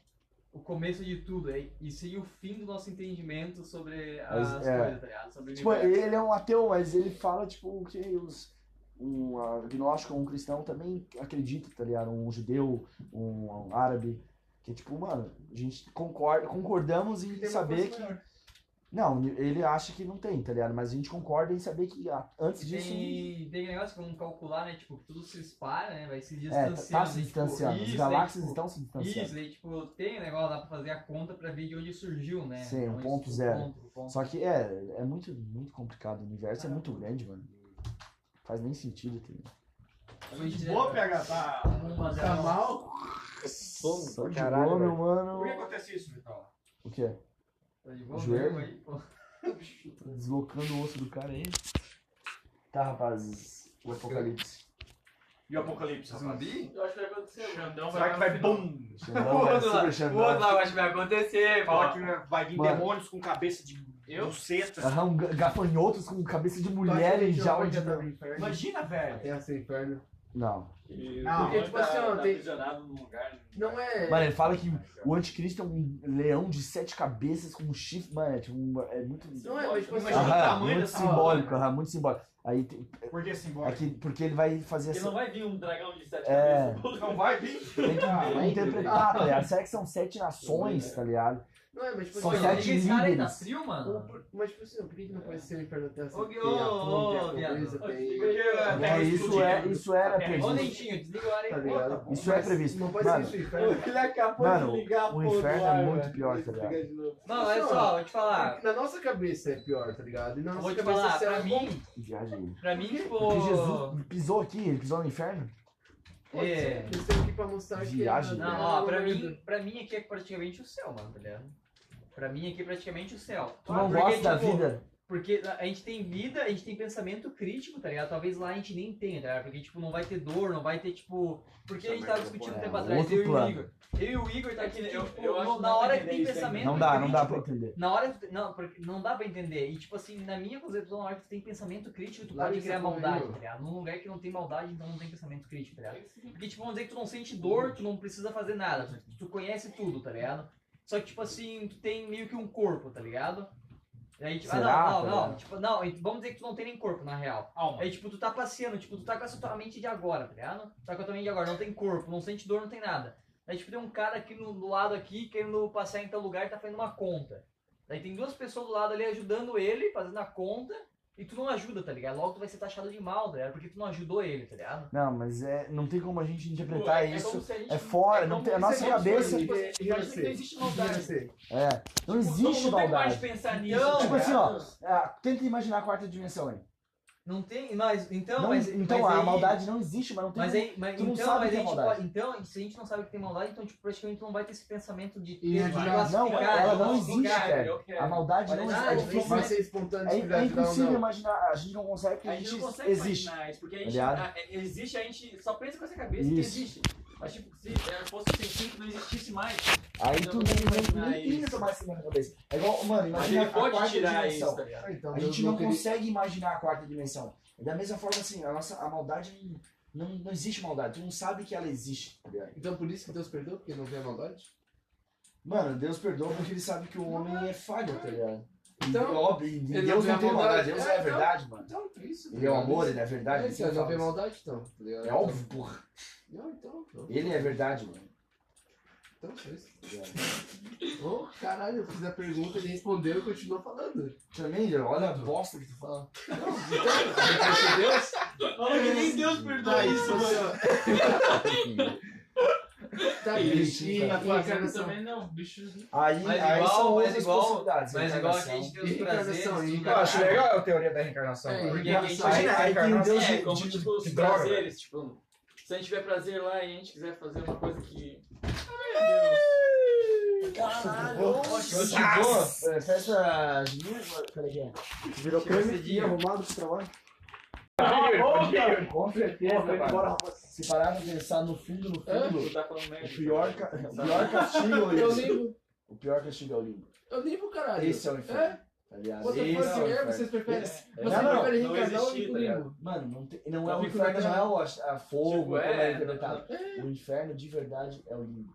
[SPEAKER 2] o começo de tudo, é, e sim o fim do nosso entendimento sobre as
[SPEAKER 3] Mas, é.
[SPEAKER 2] coisas, tá ligado? Sobre o
[SPEAKER 3] Tipo,
[SPEAKER 2] universo.
[SPEAKER 3] ele é um ateu, mas ele fala, tipo, que os, um agnóstico, um cristão também acredita, tá ligado? Um judeu, um árabe. Que, tipo, mano, a gente concorda, concordamos em saber que. Não, ele acha que não tem, tá ligado? Mas a gente concorda em saber que ah, antes
[SPEAKER 2] E
[SPEAKER 3] disso.
[SPEAKER 2] tem, tem negócio como calcular, né? Tipo, que tudo se espalha, né? Vai se
[SPEAKER 3] É,
[SPEAKER 2] distanciando.
[SPEAKER 3] tá, tá se
[SPEAKER 2] né, tipo,
[SPEAKER 3] distanciando.
[SPEAKER 2] isso,
[SPEAKER 3] As
[SPEAKER 2] aí,
[SPEAKER 3] galáxias
[SPEAKER 2] tipo,
[SPEAKER 3] estão se distanciando.
[SPEAKER 2] Isso, aí, tipo, tem um negócio lá pra fazer a conta pra ver de onde surgiu, né?
[SPEAKER 3] Sim, um
[SPEAKER 2] Onde-
[SPEAKER 3] ponto zero.
[SPEAKER 2] ponto, ponto.
[SPEAKER 3] Só que é, é muito, muito complicado. O universo é muito grande, mano. Faz nem sentido, tá ligado?
[SPEAKER 10] Boa, PH, tá?
[SPEAKER 2] Uma
[SPEAKER 1] Tá
[SPEAKER 2] Um, zero.
[SPEAKER 1] mal?
[SPEAKER 3] Só de
[SPEAKER 1] um caralho,
[SPEAKER 3] boa, meu
[SPEAKER 1] velho.
[SPEAKER 3] mano.
[SPEAKER 10] Por que acontece isso, Vital?
[SPEAKER 3] O quê?
[SPEAKER 2] Tá de bom
[SPEAKER 3] Joelho?
[SPEAKER 2] mesmo aí, pô.
[SPEAKER 3] Tá deslocando o osso do cara aí. Tá, rapazes. O apocalipse.
[SPEAKER 10] E o apocalipse, rapaz?
[SPEAKER 12] Zumbi?
[SPEAKER 11] Eu acho que vai acontecer. mano.
[SPEAKER 10] Será que vai bum?
[SPEAKER 3] Xandão, velho, super
[SPEAKER 2] O
[SPEAKER 3] Xandão.
[SPEAKER 2] outro lá, eu acho que vai acontecer,
[SPEAKER 10] Fala
[SPEAKER 2] pô.
[SPEAKER 10] que vai vir
[SPEAKER 3] Mano.
[SPEAKER 10] demônios com cabeça de assim.
[SPEAKER 11] Eu?
[SPEAKER 10] bucetas.
[SPEAKER 3] Aham, um ga- gafanhotos com cabeça de
[SPEAKER 1] Tu acha
[SPEAKER 3] mulher
[SPEAKER 1] que a
[SPEAKER 3] em
[SPEAKER 1] gente não
[SPEAKER 3] jaula
[SPEAKER 1] vai
[SPEAKER 3] de...
[SPEAKER 1] entrar no inferno?
[SPEAKER 10] Imagina, velho.
[SPEAKER 1] Terra sem inferno.
[SPEAKER 3] Não.
[SPEAKER 10] Não,
[SPEAKER 1] porque, tipo assim, ó, tem-
[SPEAKER 4] tá num lugar. né?
[SPEAKER 1] Não é.
[SPEAKER 3] Mano, ele fala que o anticristo é um leão de sete cabeças com um chifre. Mano, é, tipo, um- é muito...
[SPEAKER 1] Não é, mas tipo assim.
[SPEAKER 10] Imagina o
[SPEAKER 3] Aham,
[SPEAKER 10] tamanho
[SPEAKER 3] muito
[SPEAKER 10] dessa
[SPEAKER 3] simbólico, aham, muito simbólico. Aí tem-
[SPEAKER 10] Por que simbólico?
[SPEAKER 3] aqui, porque ele vai fazer
[SPEAKER 4] Porque não
[SPEAKER 3] essa.
[SPEAKER 4] vai vir um dragão de sete
[SPEAKER 3] É.
[SPEAKER 4] cabeças.
[SPEAKER 10] Não vai vir.
[SPEAKER 3] Tem que
[SPEAKER 1] vai
[SPEAKER 3] interpretar, tá ligado? Será que são sete nações, tá ligado?
[SPEAKER 1] Não é, mas tipo
[SPEAKER 3] Só
[SPEAKER 1] assim.
[SPEAKER 3] sete
[SPEAKER 2] Liga esse cara aí, tá
[SPEAKER 3] líderes.
[SPEAKER 2] frio,
[SPEAKER 1] O
[SPEAKER 2] mano?
[SPEAKER 1] por- Mas, tipo assim, por que que não pode ser o inferno até assim?
[SPEAKER 2] Ô,
[SPEAKER 1] Tem a
[SPEAKER 2] ô,
[SPEAKER 1] fome, tem a
[SPEAKER 2] viado.
[SPEAKER 1] pobreza,
[SPEAKER 4] Ô,
[SPEAKER 1] tem-
[SPEAKER 4] diga aí, ó.
[SPEAKER 10] Terra
[SPEAKER 3] É, isso, é,
[SPEAKER 10] explodindo.
[SPEAKER 3] isso era
[SPEAKER 4] Terra
[SPEAKER 2] Ô,
[SPEAKER 3] previsto.
[SPEAKER 2] Dentinho, desliga o ar aí,
[SPEAKER 1] Tá
[SPEAKER 2] pô.
[SPEAKER 1] ligado?
[SPEAKER 3] Isso é previsto.
[SPEAKER 1] Não pode
[SPEAKER 3] Mano,
[SPEAKER 1] ser isso, o inferno.
[SPEAKER 13] Ele acabou
[SPEAKER 3] Mano,
[SPEAKER 13] de
[SPEAKER 10] tá
[SPEAKER 13] ligar a
[SPEAKER 3] o
[SPEAKER 13] porra do
[SPEAKER 3] inferno é
[SPEAKER 13] ar,
[SPEAKER 3] muito
[SPEAKER 13] velho.
[SPEAKER 3] pior, tá
[SPEAKER 13] Liga
[SPEAKER 3] ligado?
[SPEAKER 13] de novo.
[SPEAKER 2] Não, olha só, vou te falar.
[SPEAKER 1] Na nossa cabeça é pior, tá ligado? E na
[SPEAKER 2] Vou
[SPEAKER 1] nossa
[SPEAKER 2] te
[SPEAKER 1] cabeça
[SPEAKER 2] falar,
[SPEAKER 1] céu é
[SPEAKER 2] pra
[SPEAKER 1] bom.
[SPEAKER 2] mim,
[SPEAKER 3] Viagem.
[SPEAKER 2] pra mim,
[SPEAKER 3] Porque
[SPEAKER 2] tipo.
[SPEAKER 3] Jesus pisou aqui, ele pisou no inferno?
[SPEAKER 1] Pode ser.
[SPEAKER 2] É.
[SPEAKER 1] Desceu aqui pra mostrar que
[SPEAKER 3] Viagem.
[SPEAKER 1] ele-
[SPEAKER 2] Não, ó, pra
[SPEAKER 1] né? Não,
[SPEAKER 2] mim, pra mim aqui é praticamente o céu, mano, tá ligado? Pra mim aqui é praticamente o céu.
[SPEAKER 3] Tu não
[SPEAKER 2] Porque,
[SPEAKER 3] gosta da
[SPEAKER 2] tipo,
[SPEAKER 3] vida?
[SPEAKER 2] Porque a gente tem vida, a gente tem pensamento crítico, tá ligado? Talvez lá a gente nem tenha, tá ligado? Porque, tipo, não vai ter dor, não vai ter, tipo. Porque
[SPEAKER 4] Tá,
[SPEAKER 2] a gente tava discutindo um tempo
[SPEAKER 3] É,
[SPEAKER 2] atrás,
[SPEAKER 3] outro
[SPEAKER 2] eu e o
[SPEAKER 3] plano.
[SPEAKER 2] Igor. Eu e o Igor tá
[SPEAKER 4] É
[SPEAKER 2] aqui,
[SPEAKER 4] que eu-
[SPEAKER 2] tipo,
[SPEAKER 4] eu
[SPEAKER 2] no-
[SPEAKER 4] acho que
[SPEAKER 2] na
[SPEAKER 4] não tipo dá
[SPEAKER 2] hora
[SPEAKER 4] pra
[SPEAKER 2] que tem
[SPEAKER 4] entender isso aí.
[SPEAKER 2] pensamento.
[SPEAKER 3] Não dá, não dá pra
[SPEAKER 2] crítico, tipo,
[SPEAKER 3] entender.
[SPEAKER 2] Na hora que. Não, porque não dá pra entender. E, tipo assim, na minha concepção, na hora que tu tem pensamento crítico, tu
[SPEAKER 1] Lá
[SPEAKER 2] pode
[SPEAKER 1] nessa
[SPEAKER 2] criar
[SPEAKER 1] porra aí,
[SPEAKER 2] maldade,
[SPEAKER 1] ó.
[SPEAKER 2] tá ligado? Num lugar que não tem maldade, então não tem pensamento crítico, tá ligado? Porque, tipo, vamos dizer que tu não sente dor, tu não precisa fazer nada, tu- tu conhece tudo, tá ligado? Só que, tipo assim, tu tem meio que um corpo, tá ligado? E aí, tipo, ah,
[SPEAKER 3] Será,
[SPEAKER 2] não,
[SPEAKER 3] tá
[SPEAKER 2] não, não,
[SPEAKER 3] ligado?
[SPEAKER 2] tipo, não, e vamos dizer que tu não tem nem corpo, na real.
[SPEAKER 4] Alma.
[SPEAKER 2] Aí, tipo, tu tá passeando, tipo, tu tá com essa tua mente de agora, tá ligado? Tu tá com a tua mente de agora, não tem corpo, não sente dor, não tem nada. Aí, tipo, tem um cara aqui no, do lado aqui, querendo passar em tal lugar, tá fazendo uma conta. Daí tem duas pessoas do lado ali ajudando ele, fazendo a conta, e tu não ajuda, tá ligado? Logo tu vai ser taxado de mal, tá ligado? Porque tu não ajudou ele, tá ligado?
[SPEAKER 3] Não, mas é, não tem como a gente
[SPEAKER 4] Pô,
[SPEAKER 3] interpretar
[SPEAKER 4] é
[SPEAKER 3] isso.
[SPEAKER 4] como se gente-
[SPEAKER 3] É fora, não
[SPEAKER 4] como
[SPEAKER 3] tem- a
[SPEAKER 4] se
[SPEAKER 3] nossa
[SPEAKER 4] gente
[SPEAKER 3] cabeça-
[SPEAKER 4] fosse, tipo assim,
[SPEAKER 1] E- e
[SPEAKER 4] Imagina que
[SPEAKER 1] você?
[SPEAKER 4] não existe
[SPEAKER 1] Não
[SPEAKER 4] maldade.
[SPEAKER 1] sei.
[SPEAKER 3] É. Não existe
[SPEAKER 4] não, não tem mais
[SPEAKER 3] maldade.
[SPEAKER 4] pensar nisso.
[SPEAKER 2] Então,
[SPEAKER 4] tá
[SPEAKER 3] Tipo assim, ó,
[SPEAKER 4] ligado?
[SPEAKER 3] ah, tenta imaginar a quarta dimensão aí.
[SPEAKER 2] Não tem, mas então,
[SPEAKER 3] Não-
[SPEAKER 2] mas
[SPEAKER 3] então
[SPEAKER 2] mas
[SPEAKER 3] a
[SPEAKER 2] aí-
[SPEAKER 3] maldade não existe, mas não tem.
[SPEAKER 2] Mas aí, mas,
[SPEAKER 3] tu não
[SPEAKER 2] então,
[SPEAKER 3] sabe
[SPEAKER 2] mas
[SPEAKER 3] que
[SPEAKER 2] a
[SPEAKER 3] tem
[SPEAKER 2] gente
[SPEAKER 3] maldade.
[SPEAKER 2] pode- então, se a gente não sabe que tem maldade, então tipo, praticamente não vai ter esse pensamento de
[SPEAKER 1] E
[SPEAKER 2] ter- de
[SPEAKER 1] ajudar.
[SPEAKER 2] classificar,
[SPEAKER 3] Não, ela
[SPEAKER 2] de
[SPEAKER 3] não
[SPEAKER 2] classificar.
[SPEAKER 3] existe, cara.
[SPEAKER 4] Eu quero.
[SPEAKER 3] A maldade não
[SPEAKER 2] Mas aí-
[SPEAKER 3] existe. É
[SPEAKER 4] Ah,
[SPEAKER 2] não
[SPEAKER 3] difícil.
[SPEAKER 1] Vai ser
[SPEAKER 3] É,
[SPEAKER 4] né,
[SPEAKER 1] espontâneo se
[SPEAKER 3] é
[SPEAKER 1] vai ajudar ou
[SPEAKER 3] impossível
[SPEAKER 1] não.
[SPEAKER 3] imaginar, a gente não consegue porque
[SPEAKER 4] A gente não consegue
[SPEAKER 3] existe.
[SPEAKER 4] imaginar isso, porque a gente,
[SPEAKER 3] Aliado.
[SPEAKER 4] a-
[SPEAKER 2] é,
[SPEAKER 4] existe, a gente só pensa com essa cabeça que
[SPEAKER 3] Isso.
[SPEAKER 4] existe. Mas tipo, se é, fosse sensível, não existisse mais.
[SPEAKER 3] Aí
[SPEAKER 4] Eu
[SPEAKER 3] tu
[SPEAKER 4] não consigo
[SPEAKER 3] nem, nem
[SPEAKER 4] imaginar
[SPEAKER 3] tenta
[SPEAKER 4] isso.
[SPEAKER 3] mais isso na minha cabeça. É igual, mano,
[SPEAKER 4] Mas
[SPEAKER 3] imagina
[SPEAKER 4] ele
[SPEAKER 3] a quarta
[SPEAKER 4] pode tirar
[SPEAKER 3] dimensão.
[SPEAKER 4] isso, tá ligado?
[SPEAKER 1] Ah, então,
[SPEAKER 3] A
[SPEAKER 1] Deus
[SPEAKER 3] gente não
[SPEAKER 1] queria-
[SPEAKER 3] consegue imaginar a quarta dimensão. Da mesma forma, assim, a nossa a maldade não, não, não existe maldade. Tu não sabe que ela existe. tá ligado?
[SPEAKER 1] Então por isso que Deus perdoou, porque não vê a maldade?
[SPEAKER 3] Mano, Deus perdoa porque ele sabe que o homem é falho, tá ligado?
[SPEAKER 1] Então,
[SPEAKER 3] e, óbvio, e
[SPEAKER 1] ele
[SPEAKER 3] Deus
[SPEAKER 1] não vê
[SPEAKER 3] não
[SPEAKER 1] a
[SPEAKER 3] tem
[SPEAKER 1] maldade.
[SPEAKER 3] maldade. Deus
[SPEAKER 1] É,
[SPEAKER 3] é a verdade, mano.
[SPEAKER 1] então por isso.
[SPEAKER 3] Ele é o amor, ele é a verdade. ele
[SPEAKER 1] Ele
[SPEAKER 3] sempre
[SPEAKER 1] não
[SPEAKER 3] fala
[SPEAKER 1] vê
[SPEAKER 3] isso.
[SPEAKER 1] maldade, então. tá ligado?
[SPEAKER 3] É óbvio, porra.
[SPEAKER 1] Não, então.
[SPEAKER 3] Ele é a verdade, mano.
[SPEAKER 1] Então foi isso. Ô, caralho, eu fiz a pergunta, ele respondeu e continuou falando.
[SPEAKER 3] Também, olha a bosta que tu fala.
[SPEAKER 1] Então, Deus?
[SPEAKER 5] Fala que nem Deus
[SPEAKER 13] É
[SPEAKER 5] perdoa isso, mano.
[SPEAKER 1] Tá aí,
[SPEAKER 3] Sim,
[SPEAKER 1] e-
[SPEAKER 5] Na tua
[SPEAKER 1] e
[SPEAKER 4] Tipo,
[SPEAKER 5] cara
[SPEAKER 1] reencarnação.
[SPEAKER 5] também não, bicho.
[SPEAKER 3] Aí,
[SPEAKER 6] Mas
[SPEAKER 3] aí
[SPEAKER 6] igual-
[SPEAKER 3] são
[SPEAKER 6] mas
[SPEAKER 3] outras
[SPEAKER 6] igual-
[SPEAKER 3] possibilidades. né,
[SPEAKER 6] Mas igual aqui a
[SPEAKER 3] reencarnação.
[SPEAKER 6] gente tem os
[SPEAKER 2] né?
[SPEAKER 6] prazeres. tudo,
[SPEAKER 1] Reencarnação,
[SPEAKER 2] Tá,
[SPEAKER 10] Eu
[SPEAKER 1] reencarnação.
[SPEAKER 10] acho legal a teoria da
[SPEAKER 1] É,
[SPEAKER 10] reencarnação. mano.
[SPEAKER 6] Porque a gente-
[SPEAKER 1] engraçado.
[SPEAKER 10] Imagina a
[SPEAKER 3] aí tem
[SPEAKER 10] reencarnação.
[SPEAKER 3] Deus
[SPEAKER 4] é,
[SPEAKER 3] de-
[SPEAKER 4] como
[SPEAKER 3] de-
[SPEAKER 4] tipo os
[SPEAKER 10] de droga,
[SPEAKER 4] prazeres, tipo, se a gente tiver prazer lá e a gente quiser fazer uma coisa que. Ai,
[SPEAKER 10] Nossa!
[SPEAKER 3] É, Festa junina, como é que é?
[SPEAKER 14] Virou
[SPEAKER 4] Chega
[SPEAKER 14] creme
[SPEAKER 4] esse
[SPEAKER 14] e
[SPEAKER 4] dia.
[SPEAKER 14] arrumado pro trabalho.
[SPEAKER 3] Com certeza,
[SPEAKER 14] Porra,
[SPEAKER 3] mano. Se parar pra pensar no fundo, no fundo,
[SPEAKER 4] Tu tá falando merda.
[SPEAKER 3] o pior, ca- o pior castigo é o
[SPEAKER 1] Eu
[SPEAKER 3] limbo.
[SPEAKER 1] limpo,
[SPEAKER 3] O pior castigo é o limbo.
[SPEAKER 1] eu limpo, caralho.
[SPEAKER 3] Esse é o inferno.
[SPEAKER 1] É?
[SPEAKER 3] Tá ligado?
[SPEAKER 1] What the
[SPEAKER 3] Esse é o
[SPEAKER 1] fuck, é?
[SPEAKER 3] inferno.
[SPEAKER 1] Vocês preferem?
[SPEAKER 4] É.
[SPEAKER 1] Você
[SPEAKER 3] Não, não,
[SPEAKER 1] prefere
[SPEAKER 4] não
[SPEAKER 1] reencarnar ou
[SPEAKER 4] existe,
[SPEAKER 1] limpo
[SPEAKER 4] tá
[SPEAKER 1] limbo?
[SPEAKER 3] Mano, não, tem, não é
[SPEAKER 4] Eu
[SPEAKER 3] o
[SPEAKER 4] fico
[SPEAKER 3] inferno, não
[SPEAKER 4] naquela-
[SPEAKER 3] é o ach- a fogo,
[SPEAKER 4] Tipo,
[SPEAKER 3] como
[SPEAKER 4] é,
[SPEAKER 3] é interpretado. O inferno de verdade é o limbo.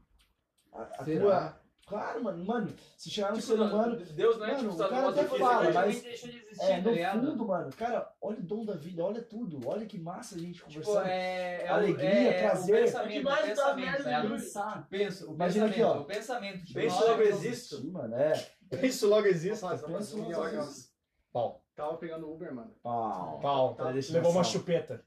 [SPEAKER 3] A, a tua-
[SPEAKER 1] Será?
[SPEAKER 3] Claro, mano, mano, se chegar um
[SPEAKER 4] Tipo,
[SPEAKER 3] ser humano.
[SPEAKER 4] Deus não é
[SPEAKER 3] Mano,
[SPEAKER 4] tipo
[SPEAKER 3] o
[SPEAKER 4] só do
[SPEAKER 3] cara até fala,
[SPEAKER 4] modo físico,
[SPEAKER 3] mas-
[SPEAKER 4] mas.
[SPEAKER 6] Realmente deixou de existir,
[SPEAKER 3] É,
[SPEAKER 6] tá
[SPEAKER 3] no
[SPEAKER 6] ligado?
[SPEAKER 3] fundo, mano, cara, olha o dom da vida, olha tudo, olha que massa a gente
[SPEAKER 6] Tipo,
[SPEAKER 3] conversando.
[SPEAKER 6] é, é o-
[SPEAKER 3] Alegria,
[SPEAKER 6] é, é,
[SPEAKER 3] prazer.
[SPEAKER 6] O pensamento,
[SPEAKER 5] Que
[SPEAKER 6] o
[SPEAKER 5] mais dá
[SPEAKER 6] pensamento,
[SPEAKER 14] é
[SPEAKER 5] merda
[SPEAKER 6] tá
[SPEAKER 5] em
[SPEAKER 6] ligado?
[SPEAKER 3] pensar.
[SPEAKER 6] Penso, o
[SPEAKER 3] Imagina aqui,
[SPEAKER 6] pensamento,
[SPEAKER 3] ó.
[SPEAKER 6] o pensamento. tipo,
[SPEAKER 4] Penso
[SPEAKER 6] na hora
[SPEAKER 4] logo
[SPEAKER 6] que eu-
[SPEAKER 4] existo.
[SPEAKER 3] Sim, mano, é.
[SPEAKER 10] Isso logo existe.
[SPEAKER 14] Rapaz, eu
[SPEAKER 3] pensa
[SPEAKER 14] tava-
[SPEAKER 3] umas vezes. Pau.
[SPEAKER 14] Tava pegando Uber, mano.
[SPEAKER 3] Pau.
[SPEAKER 10] Pau.
[SPEAKER 3] Tá, deixa
[SPEAKER 10] Levou
[SPEAKER 3] eu
[SPEAKER 10] uma
[SPEAKER 3] só.
[SPEAKER 10] chupeta.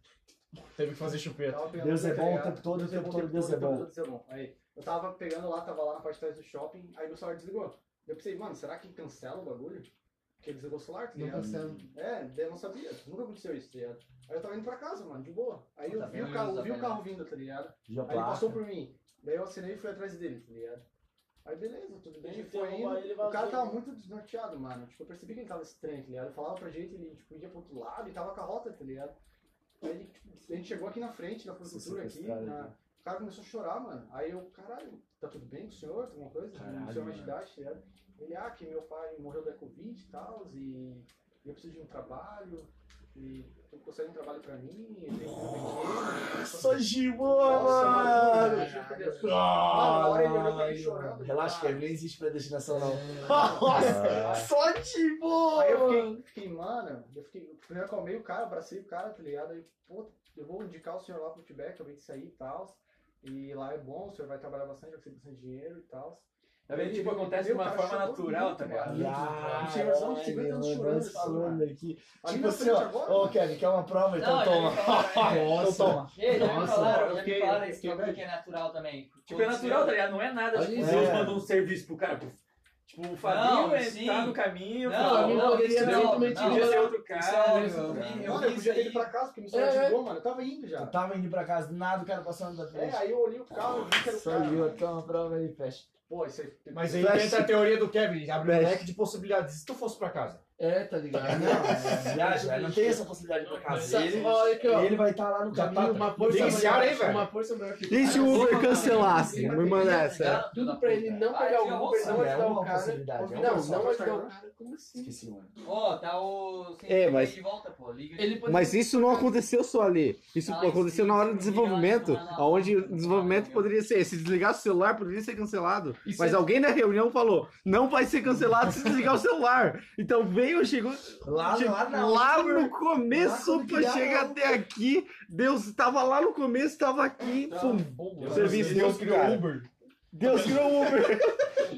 [SPEAKER 10] Teve que fazer chupeta.
[SPEAKER 14] Tava pegando
[SPEAKER 3] Deus é
[SPEAKER 14] Uber,
[SPEAKER 3] bom
[SPEAKER 14] tá
[SPEAKER 3] o
[SPEAKER 14] ligado?
[SPEAKER 3] tempo todo, o tempo todo Deus é
[SPEAKER 14] o tempo
[SPEAKER 3] bom.
[SPEAKER 14] todo, Deus é bom. Aí, eu tava pegando lá, tava lá na parte de trás do shopping, aí meu celular desligou. Eu pensei, mano, será que cancela o bagulho? Porque desligou o celular, tá
[SPEAKER 1] Não
[SPEAKER 14] ligado?
[SPEAKER 1] cancela.
[SPEAKER 14] É, daí eu não sabia. Nunca aconteceu isso, tá ligado? Aí eu tava indo pra casa, mano, de boa. Aí
[SPEAKER 6] Tá
[SPEAKER 14] eu vi
[SPEAKER 6] bem
[SPEAKER 14] o carro,
[SPEAKER 6] longe,
[SPEAKER 14] vi
[SPEAKER 6] tá
[SPEAKER 14] o
[SPEAKER 6] bem
[SPEAKER 14] carro vindo, tá ligado?
[SPEAKER 3] Já
[SPEAKER 14] Aí ele passou
[SPEAKER 3] passa.
[SPEAKER 14] por mim. Daí eu acenei e fui atrás dele, tá ligado? Aí beleza, tudo bem,
[SPEAKER 5] Ele
[SPEAKER 14] foi
[SPEAKER 5] foi
[SPEAKER 14] indo.
[SPEAKER 5] roubar, ele
[SPEAKER 14] O cara tá
[SPEAKER 5] vazou.
[SPEAKER 14] tava muito desnorteado, mano. Tipo, eu percebi que ele tava estranho, tá ligado? Eu falava pra gente, ele tipo, ia pro outro lado e tava com a rota, tá ligado? Aí ele, tipo, a gente chegou aqui na frente, na prefeitura aqui,
[SPEAKER 3] sequestrado,
[SPEAKER 14] na-
[SPEAKER 3] né?
[SPEAKER 14] o cara começou a chorar, mano. Aí eu, caralho, tá tudo bem com o senhor? Tem alguma coisa?
[SPEAKER 3] Caralho,
[SPEAKER 14] o senhor é mais de
[SPEAKER 3] mano.
[SPEAKER 14] idade, tá ligado? Ele, ah, que meu pai morreu da Covid e tal, e eu preciso de um trabalho, e tu consegue um trabalho pra mim, eu tenho um pequeno.
[SPEAKER 3] Gilmano!
[SPEAKER 14] eu juro por Deus. Mano, na hora ele olhou pra mim chorando. É.
[SPEAKER 3] Relaxa,
[SPEAKER 14] Ah,
[SPEAKER 3] que ele nem existe predestinação, não.
[SPEAKER 10] Só de boa!
[SPEAKER 14] Aí eu fiquei, fiquei, mano, eu fiquei, eu primeiro calmei o cara, abracei o cara, tá ligado? Aí, pô, eu vou indicar o senhor lá pro Tibete, acabei de sair e tal. E lá é bom, o senhor vai trabalhar bastante, vai ter bastante dinheiro e tal.
[SPEAKER 4] Tá vendo? Tipo, acontece de
[SPEAKER 14] Meu,
[SPEAKER 4] uma
[SPEAKER 14] cara,
[SPEAKER 4] forma
[SPEAKER 14] chorou
[SPEAKER 4] natural,
[SPEAKER 14] muito,
[SPEAKER 4] tá ligado?
[SPEAKER 14] mano.
[SPEAKER 3] Caralho,
[SPEAKER 14] Tinha razão de 50 anos
[SPEAKER 3] mano,
[SPEAKER 14] chorando
[SPEAKER 3] nós
[SPEAKER 14] assim,
[SPEAKER 3] falando aqui.
[SPEAKER 14] Ali
[SPEAKER 3] Tipo
[SPEAKER 14] na
[SPEAKER 3] assim,
[SPEAKER 14] frente
[SPEAKER 3] ó.
[SPEAKER 14] agora,
[SPEAKER 3] Ô,
[SPEAKER 14] mano.
[SPEAKER 3] Kevin, quer uma prova? Então
[SPEAKER 6] Não, já
[SPEAKER 3] toma.
[SPEAKER 6] me falaram, é.
[SPEAKER 3] Então toma.
[SPEAKER 6] Ei, já me
[SPEAKER 1] Nossa,
[SPEAKER 6] falaram, já me
[SPEAKER 14] ok,
[SPEAKER 6] falaram esse
[SPEAKER 14] fiquei
[SPEAKER 6] bagulho
[SPEAKER 14] bem.
[SPEAKER 6] que é natural também.
[SPEAKER 4] Tipo, é natural, tá ligado? Não é nada. Tipo,
[SPEAKER 1] Olha
[SPEAKER 4] Deus
[SPEAKER 3] isso.
[SPEAKER 4] mandou um serviço pro cara. Tipo, o
[SPEAKER 6] Não,
[SPEAKER 4] Fabinho
[SPEAKER 6] sim.
[SPEAKER 4] é- tá no caminho.
[SPEAKER 6] Não,
[SPEAKER 4] falou,
[SPEAKER 1] não, isso é
[SPEAKER 4] não,
[SPEAKER 1] totalmente
[SPEAKER 4] podia
[SPEAKER 6] isso.
[SPEAKER 4] ser outro
[SPEAKER 6] Isso
[SPEAKER 4] cara.
[SPEAKER 6] é óbvio,
[SPEAKER 4] isso,
[SPEAKER 6] eu
[SPEAKER 4] cara.
[SPEAKER 6] vi, eu
[SPEAKER 14] Mano, eu
[SPEAKER 6] vi isso
[SPEAKER 14] podia ter
[SPEAKER 6] aí.
[SPEAKER 14] ido pra casa, porque meu celular
[SPEAKER 1] É,
[SPEAKER 14] desligou, mano. Eu tava indo
[SPEAKER 3] Eu
[SPEAKER 14] já.
[SPEAKER 3] tava indo pra casa, do nada o cara passando da
[SPEAKER 14] É,
[SPEAKER 3] frente.
[SPEAKER 14] aí eu olhei o carro, vi que era o cara. mano.
[SPEAKER 3] toma prova aí, fecha.
[SPEAKER 14] Pô, isso aí.
[SPEAKER 10] Mas aí entra a teoria do Kevin, abre um leque de possibilidades. E se tu fosse pra casa?
[SPEAKER 1] É, tá ligado?
[SPEAKER 3] Não, viaja, não tem essa possibilidade pra casa. Ele,
[SPEAKER 1] Olha aqui, ó.
[SPEAKER 3] ele vai estar lá no
[SPEAKER 10] Já
[SPEAKER 3] caminho.
[SPEAKER 10] tá,
[SPEAKER 1] Uma força
[SPEAKER 10] Tem esse ar aí,
[SPEAKER 1] maior-
[SPEAKER 10] velho?
[SPEAKER 1] uma força maior que
[SPEAKER 14] E se o Uber
[SPEAKER 1] cancelasse?
[SPEAKER 14] Me
[SPEAKER 1] manda
[SPEAKER 6] essa.
[SPEAKER 1] Tudo pra ele não
[SPEAKER 6] Ah,
[SPEAKER 14] é
[SPEAKER 1] pegar
[SPEAKER 6] tinha
[SPEAKER 1] o Uber,
[SPEAKER 6] opção,
[SPEAKER 1] não
[SPEAKER 3] né?
[SPEAKER 1] ajudar
[SPEAKER 3] Uma
[SPEAKER 1] o cara.
[SPEAKER 3] possibilidade, é uma
[SPEAKER 1] Não,
[SPEAKER 3] opção.
[SPEAKER 1] não ajudar o cara. Como assim?
[SPEAKER 3] Esqueci, mano.
[SPEAKER 6] Ó, tá o. sem
[SPEAKER 15] É, mas-
[SPEAKER 6] De volta, pô. Liga de
[SPEAKER 1] Ele pode-
[SPEAKER 15] Mas isso não aconteceu só ali. Isso
[SPEAKER 6] Ah,
[SPEAKER 15] aconteceu
[SPEAKER 6] sim,
[SPEAKER 15] na hora do
[SPEAKER 6] sim,
[SPEAKER 15] desenvolvimento,
[SPEAKER 6] lá, lá, lá.
[SPEAKER 15] onde o desenvolvimento poderia ser. Se desligasse o celular, poderia ser cancelado.
[SPEAKER 1] é-
[SPEAKER 15] Mas alguém na reunião falou: não vai ser cancelado se desligar o celular. Então veio, chegou.
[SPEAKER 3] Lá,
[SPEAKER 15] chegou-
[SPEAKER 3] lá, na
[SPEAKER 15] lá
[SPEAKER 3] outra-
[SPEAKER 15] no começo,
[SPEAKER 3] lá quando
[SPEAKER 15] pra
[SPEAKER 3] criaram-
[SPEAKER 15] chegar até aqui, Deus estava lá no começo, estava aqui. pum.
[SPEAKER 4] né?
[SPEAKER 10] Deus,
[SPEAKER 15] Serviço
[SPEAKER 10] Deus
[SPEAKER 15] do
[SPEAKER 10] criou
[SPEAKER 15] cara.
[SPEAKER 10] Uber.
[SPEAKER 15] Deus criou o Uber.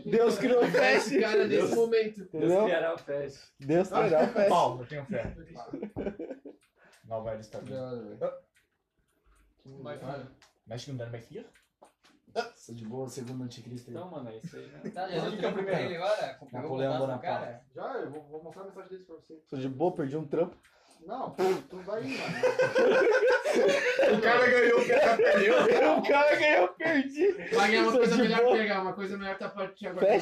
[SPEAKER 15] Deus criou o
[SPEAKER 1] Esse
[SPEAKER 15] Fast.
[SPEAKER 1] cara nesse momento.
[SPEAKER 4] Deus
[SPEAKER 15] Entendeu?
[SPEAKER 4] criará o fest.
[SPEAKER 15] Deus criou o Fast.
[SPEAKER 10] Pau, eu tenho fé. Não, velho,
[SPEAKER 14] Tá
[SPEAKER 10] está bem.
[SPEAKER 14] né?
[SPEAKER 5] Vai, vai.
[SPEAKER 10] Mexe que não dá mais filha?
[SPEAKER 3] Sou de boa, segundo anticristo aí.
[SPEAKER 4] Então, mano, é isso aí, né?
[SPEAKER 6] Tá, já deu
[SPEAKER 10] Fica
[SPEAKER 6] trampo pra
[SPEAKER 10] primeiro.
[SPEAKER 6] ele agora? Comprou o
[SPEAKER 3] Napoleão
[SPEAKER 6] contato do
[SPEAKER 3] Bonaparte.
[SPEAKER 6] cara?
[SPEAKER 14] Já, eu vou, vou mostrar a mensagem dele pra você.
[SPEAKER 15] Sou de boa, perdi um trampo.
[SPEAKER 14] Não, tu, tu vai ir, mano.
[SPEAKER 10] O cara ganhou, o cara perdeu.
[SPEAKER 15] O cara ganhou, perdi.
[SPEAKER 1] Vai ganhar uma
[SPEAKER 15] Sou
[SPEAKER 1] coisa
[SPEAKER 15] de
[SPEAKER 1] melhor
[SPEAKER 15] boa.
[SPEAKER 1] pegar, uma coisa melhor tá pra te aguardar.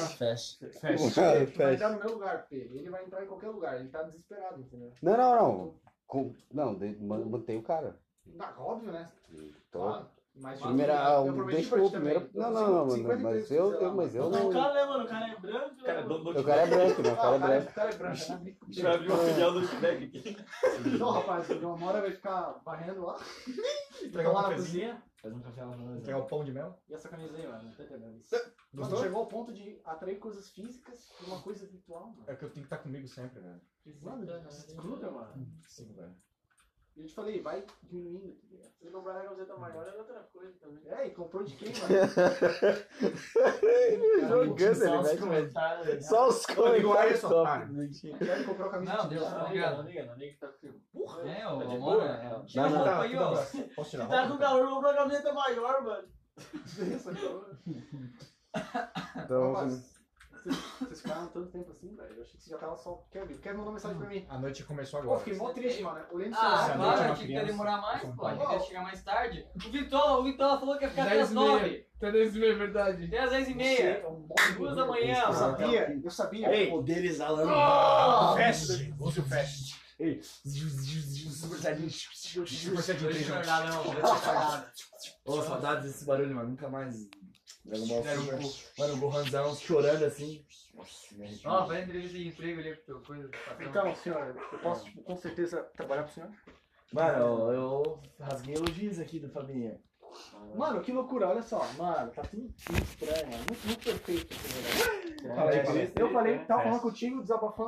[SPEAKER 3] Fecha.
[SPEAKER 15] Fecha. Mano,
[SPEAKER 14] Tu vai
[SPEAKER 15] Fast.
[SPEAKER 14] entrar no meu lugar, P. Ele vai entrar em qualquer lugar. Ele tá desesperado, entendeu?
[SPEAKER 15] Não, não, não. Com- Não, de- man- mantém o cara.
[SPEAKER 14] Tá, óbvio, né?
[SPEAKER 15] Então,
[SPEAKER 14] Claro. Mas,
[SPEAKER 15] primeira,
[SPEAKER 14] eu
[SPEAKER 15] ah,
[SPEAKER 14] prometi
[SPEAKER 15] deixa
[SPEAKER 14] pra
[SPEAKER 15] o
[SPEAKER 14] ti
[SPEAKER 15] primeiro.
[SPEAKER 14] também.
[SPEAKER 15] Não, não, não, mano,
[SPEAKER 14] 50
[SPEAKER 15] mas
[SPEAKER 14] vezes,
[SPEAKER 15] eu,
[SPEAKER 14] sei lá,
[SPEAKER 15] eu- mas
[SPEAKER 5] Não,
[SPEAKER 15] eu não.
[SPEAKER 5] o cara, né, mano? O cara é branco.
[SPEAKER 4] Cara,
[SPEAKER 5] né,
[SPEAKER 4] dono do
[SPEAKER 15] O cara é branco, né? O cara é branco.
[SPEAKER 14] O cara é branco, né?
[SPEAKER 4] Deixa eu abrir uma filial do Quebec aqui.
[SPEAKER 14] Então, rapaz, uma hora vai ficar varrendo lá.
[SPEAKER 10] Pegar
[SPEAKER 14] Ficar
[SPEAKER 10] um
[SPEAKER 14] lá na
[SPEAKER 10] cafezinho.
[SPEAKER 14] cozinha.
[SPEAKER 3] Faz um café lá pra nós, né?
[SPEAKER 10] Pegar o pão de mel.
[SPEAKER 14] E essa camisa aí, mano, não tá entendendo isso. Mano,
[SPEAKER 10] Gostou?
[SPEAKER 14] chegou ao ponto de atrair coisas físicas por uma coisa virtual, mano.
[SPEAKER 10] tá É que eu tenho que estar comigo sempre, velho.
[SPEAKER 14] Mano, desgruda, mano.
[SPEAKER 10] Sim, velho.
[SPEAKER 14] Eu te falei, vai diminuindo. tá ligado?
[SPEAKER 5] Se comprar uma camiseta maior é outra coisa também.
[SPEAKER 14] É, e comprou de quem, mano?
[SPEAKER 15] Jogando, ele vai comer. Só os comentários
[SPEAKER 10] Alisson,
[SPEAKER 15] top.
[SPEAKER 10] cara.
[SPEAKER 14] Quero comprar uma camisa
[SPEAKER 2] Não,
[SPEAKER 14] de
[SPEAKER 2] Deus,
[SPEAKER 14] time.
[SPEAKER 2] tá
[SPEAKER 4] Não liga,
[SPEAKER 2] ligado?
[SPEAKER 4] não liga, não liga que tá frio.
[SPEAKER 2] Porra, é, o
[SPEAKER 4] Tá de
[SPEAKER 2] amor,
[SPEAKER 4] boa?
[SPEAKER 2] é.
[SPEAKER 6] Tira a
[SPEAKER 10] Não,
[SPEAKER 6] roupa
[SPEAKER 10] tá,
[SPEAKER 6] aí,
[SPEAKER 10] tudo
[SPEAKER 6] ó.
[SPEAKER 10] abraço. Posso tirar
[SPEAKER 5] Se
[SPEAKER 10] a
[SPEAKER 5] tá
[SPEAKER 10] roupa?
[SPEAKER 5] com calor, vou comprar uma camiseta maior, mano.
[SPEAKER 15] Então,
[SPEAKER 14] Rapaz, vocês vocês ficaram tanto tempo assim, velho. Eu achei que vocês já estavam só. Kevin, Kevin mandou mensagem pra mim.
[SPEAKER 10] A noite começou
[SPEAKER 14] Pô,
[SPEAKER 10] agora.
[SPEAKER 14] fiquei mó triste, mano. Olhando pro
[SPEAKER 2] Ah,
[SPEAKER 10] Se a
[SPEAKER 14] celular.
[SPEAKER 10] noite é
[SPEAKER 2] claro,
[SPEAKER 10] uma
[SPEAKER 2] achei que ia
[SPEAKER 10] criança,
[SPEAKER 2] demorar mais, pô. Achei que ia
[SPEAKER 14] Bom.
[SPEAKER 2] chegar mais tarde. O Vitola, o Vitola falou que ia ficar até as
[SPEAKER 1] 10 e
[SPEAKER 2] 9.
[SPEAKER 1] meia. Até 10 e meia, é verdade.
[SPEAKER 2] Até as 10 e meia.
[SPEAKER 14] Você é um monstro.
[SPEAKER 2] Duas da manhã,
[SPEAKER 14] Eu
[SPEAKER 2] mano.
[SPEAKER 14] sabia, eu sabia.
[SPEAKER 10] Poderes Alan.
[SPEAKER 14] Ah!
[SPEAKER 10] Fast! Use o Fast. Ei. Super Saiyajin. Super Saiyajin
[SPEAKER 2] Não vou
[SPEAKER 10] 3, mano.
[SPEAKER 2] chorar, não. Vou chorar.
[SPEAKER 3] Ô, saudades desse barulho, mano. Nunca mais. Dragon Ball
[SPEAKER 10] um
[SPEAKER 2] Dragon
[SPEAKER 3] Super.
[SPEAKER 2] Ball.
[SPEAKER 3] Mano, o Gohanzão chorando assim.
[SPEAKER 2] Ó, faz entrevista de emprego ali pro teu coisa. pro patrão.
[SPEAKER 14] Então, senhor, eu posso, tipo, com certeza trabalhar pro senhor?
[SPEAKER 3] Mano, eu rasguei elogios aqui do Fabinho.
[SPEAKER 14] Mano, que loucura, olha só. Mano, tá tudo tudo estranho, mano. Muito, muito perfeito. esse negócio.
[SPEAKER 3] Fala aí,
[SPEAKER 14] Eu falei, tava falando contigo, desabafando.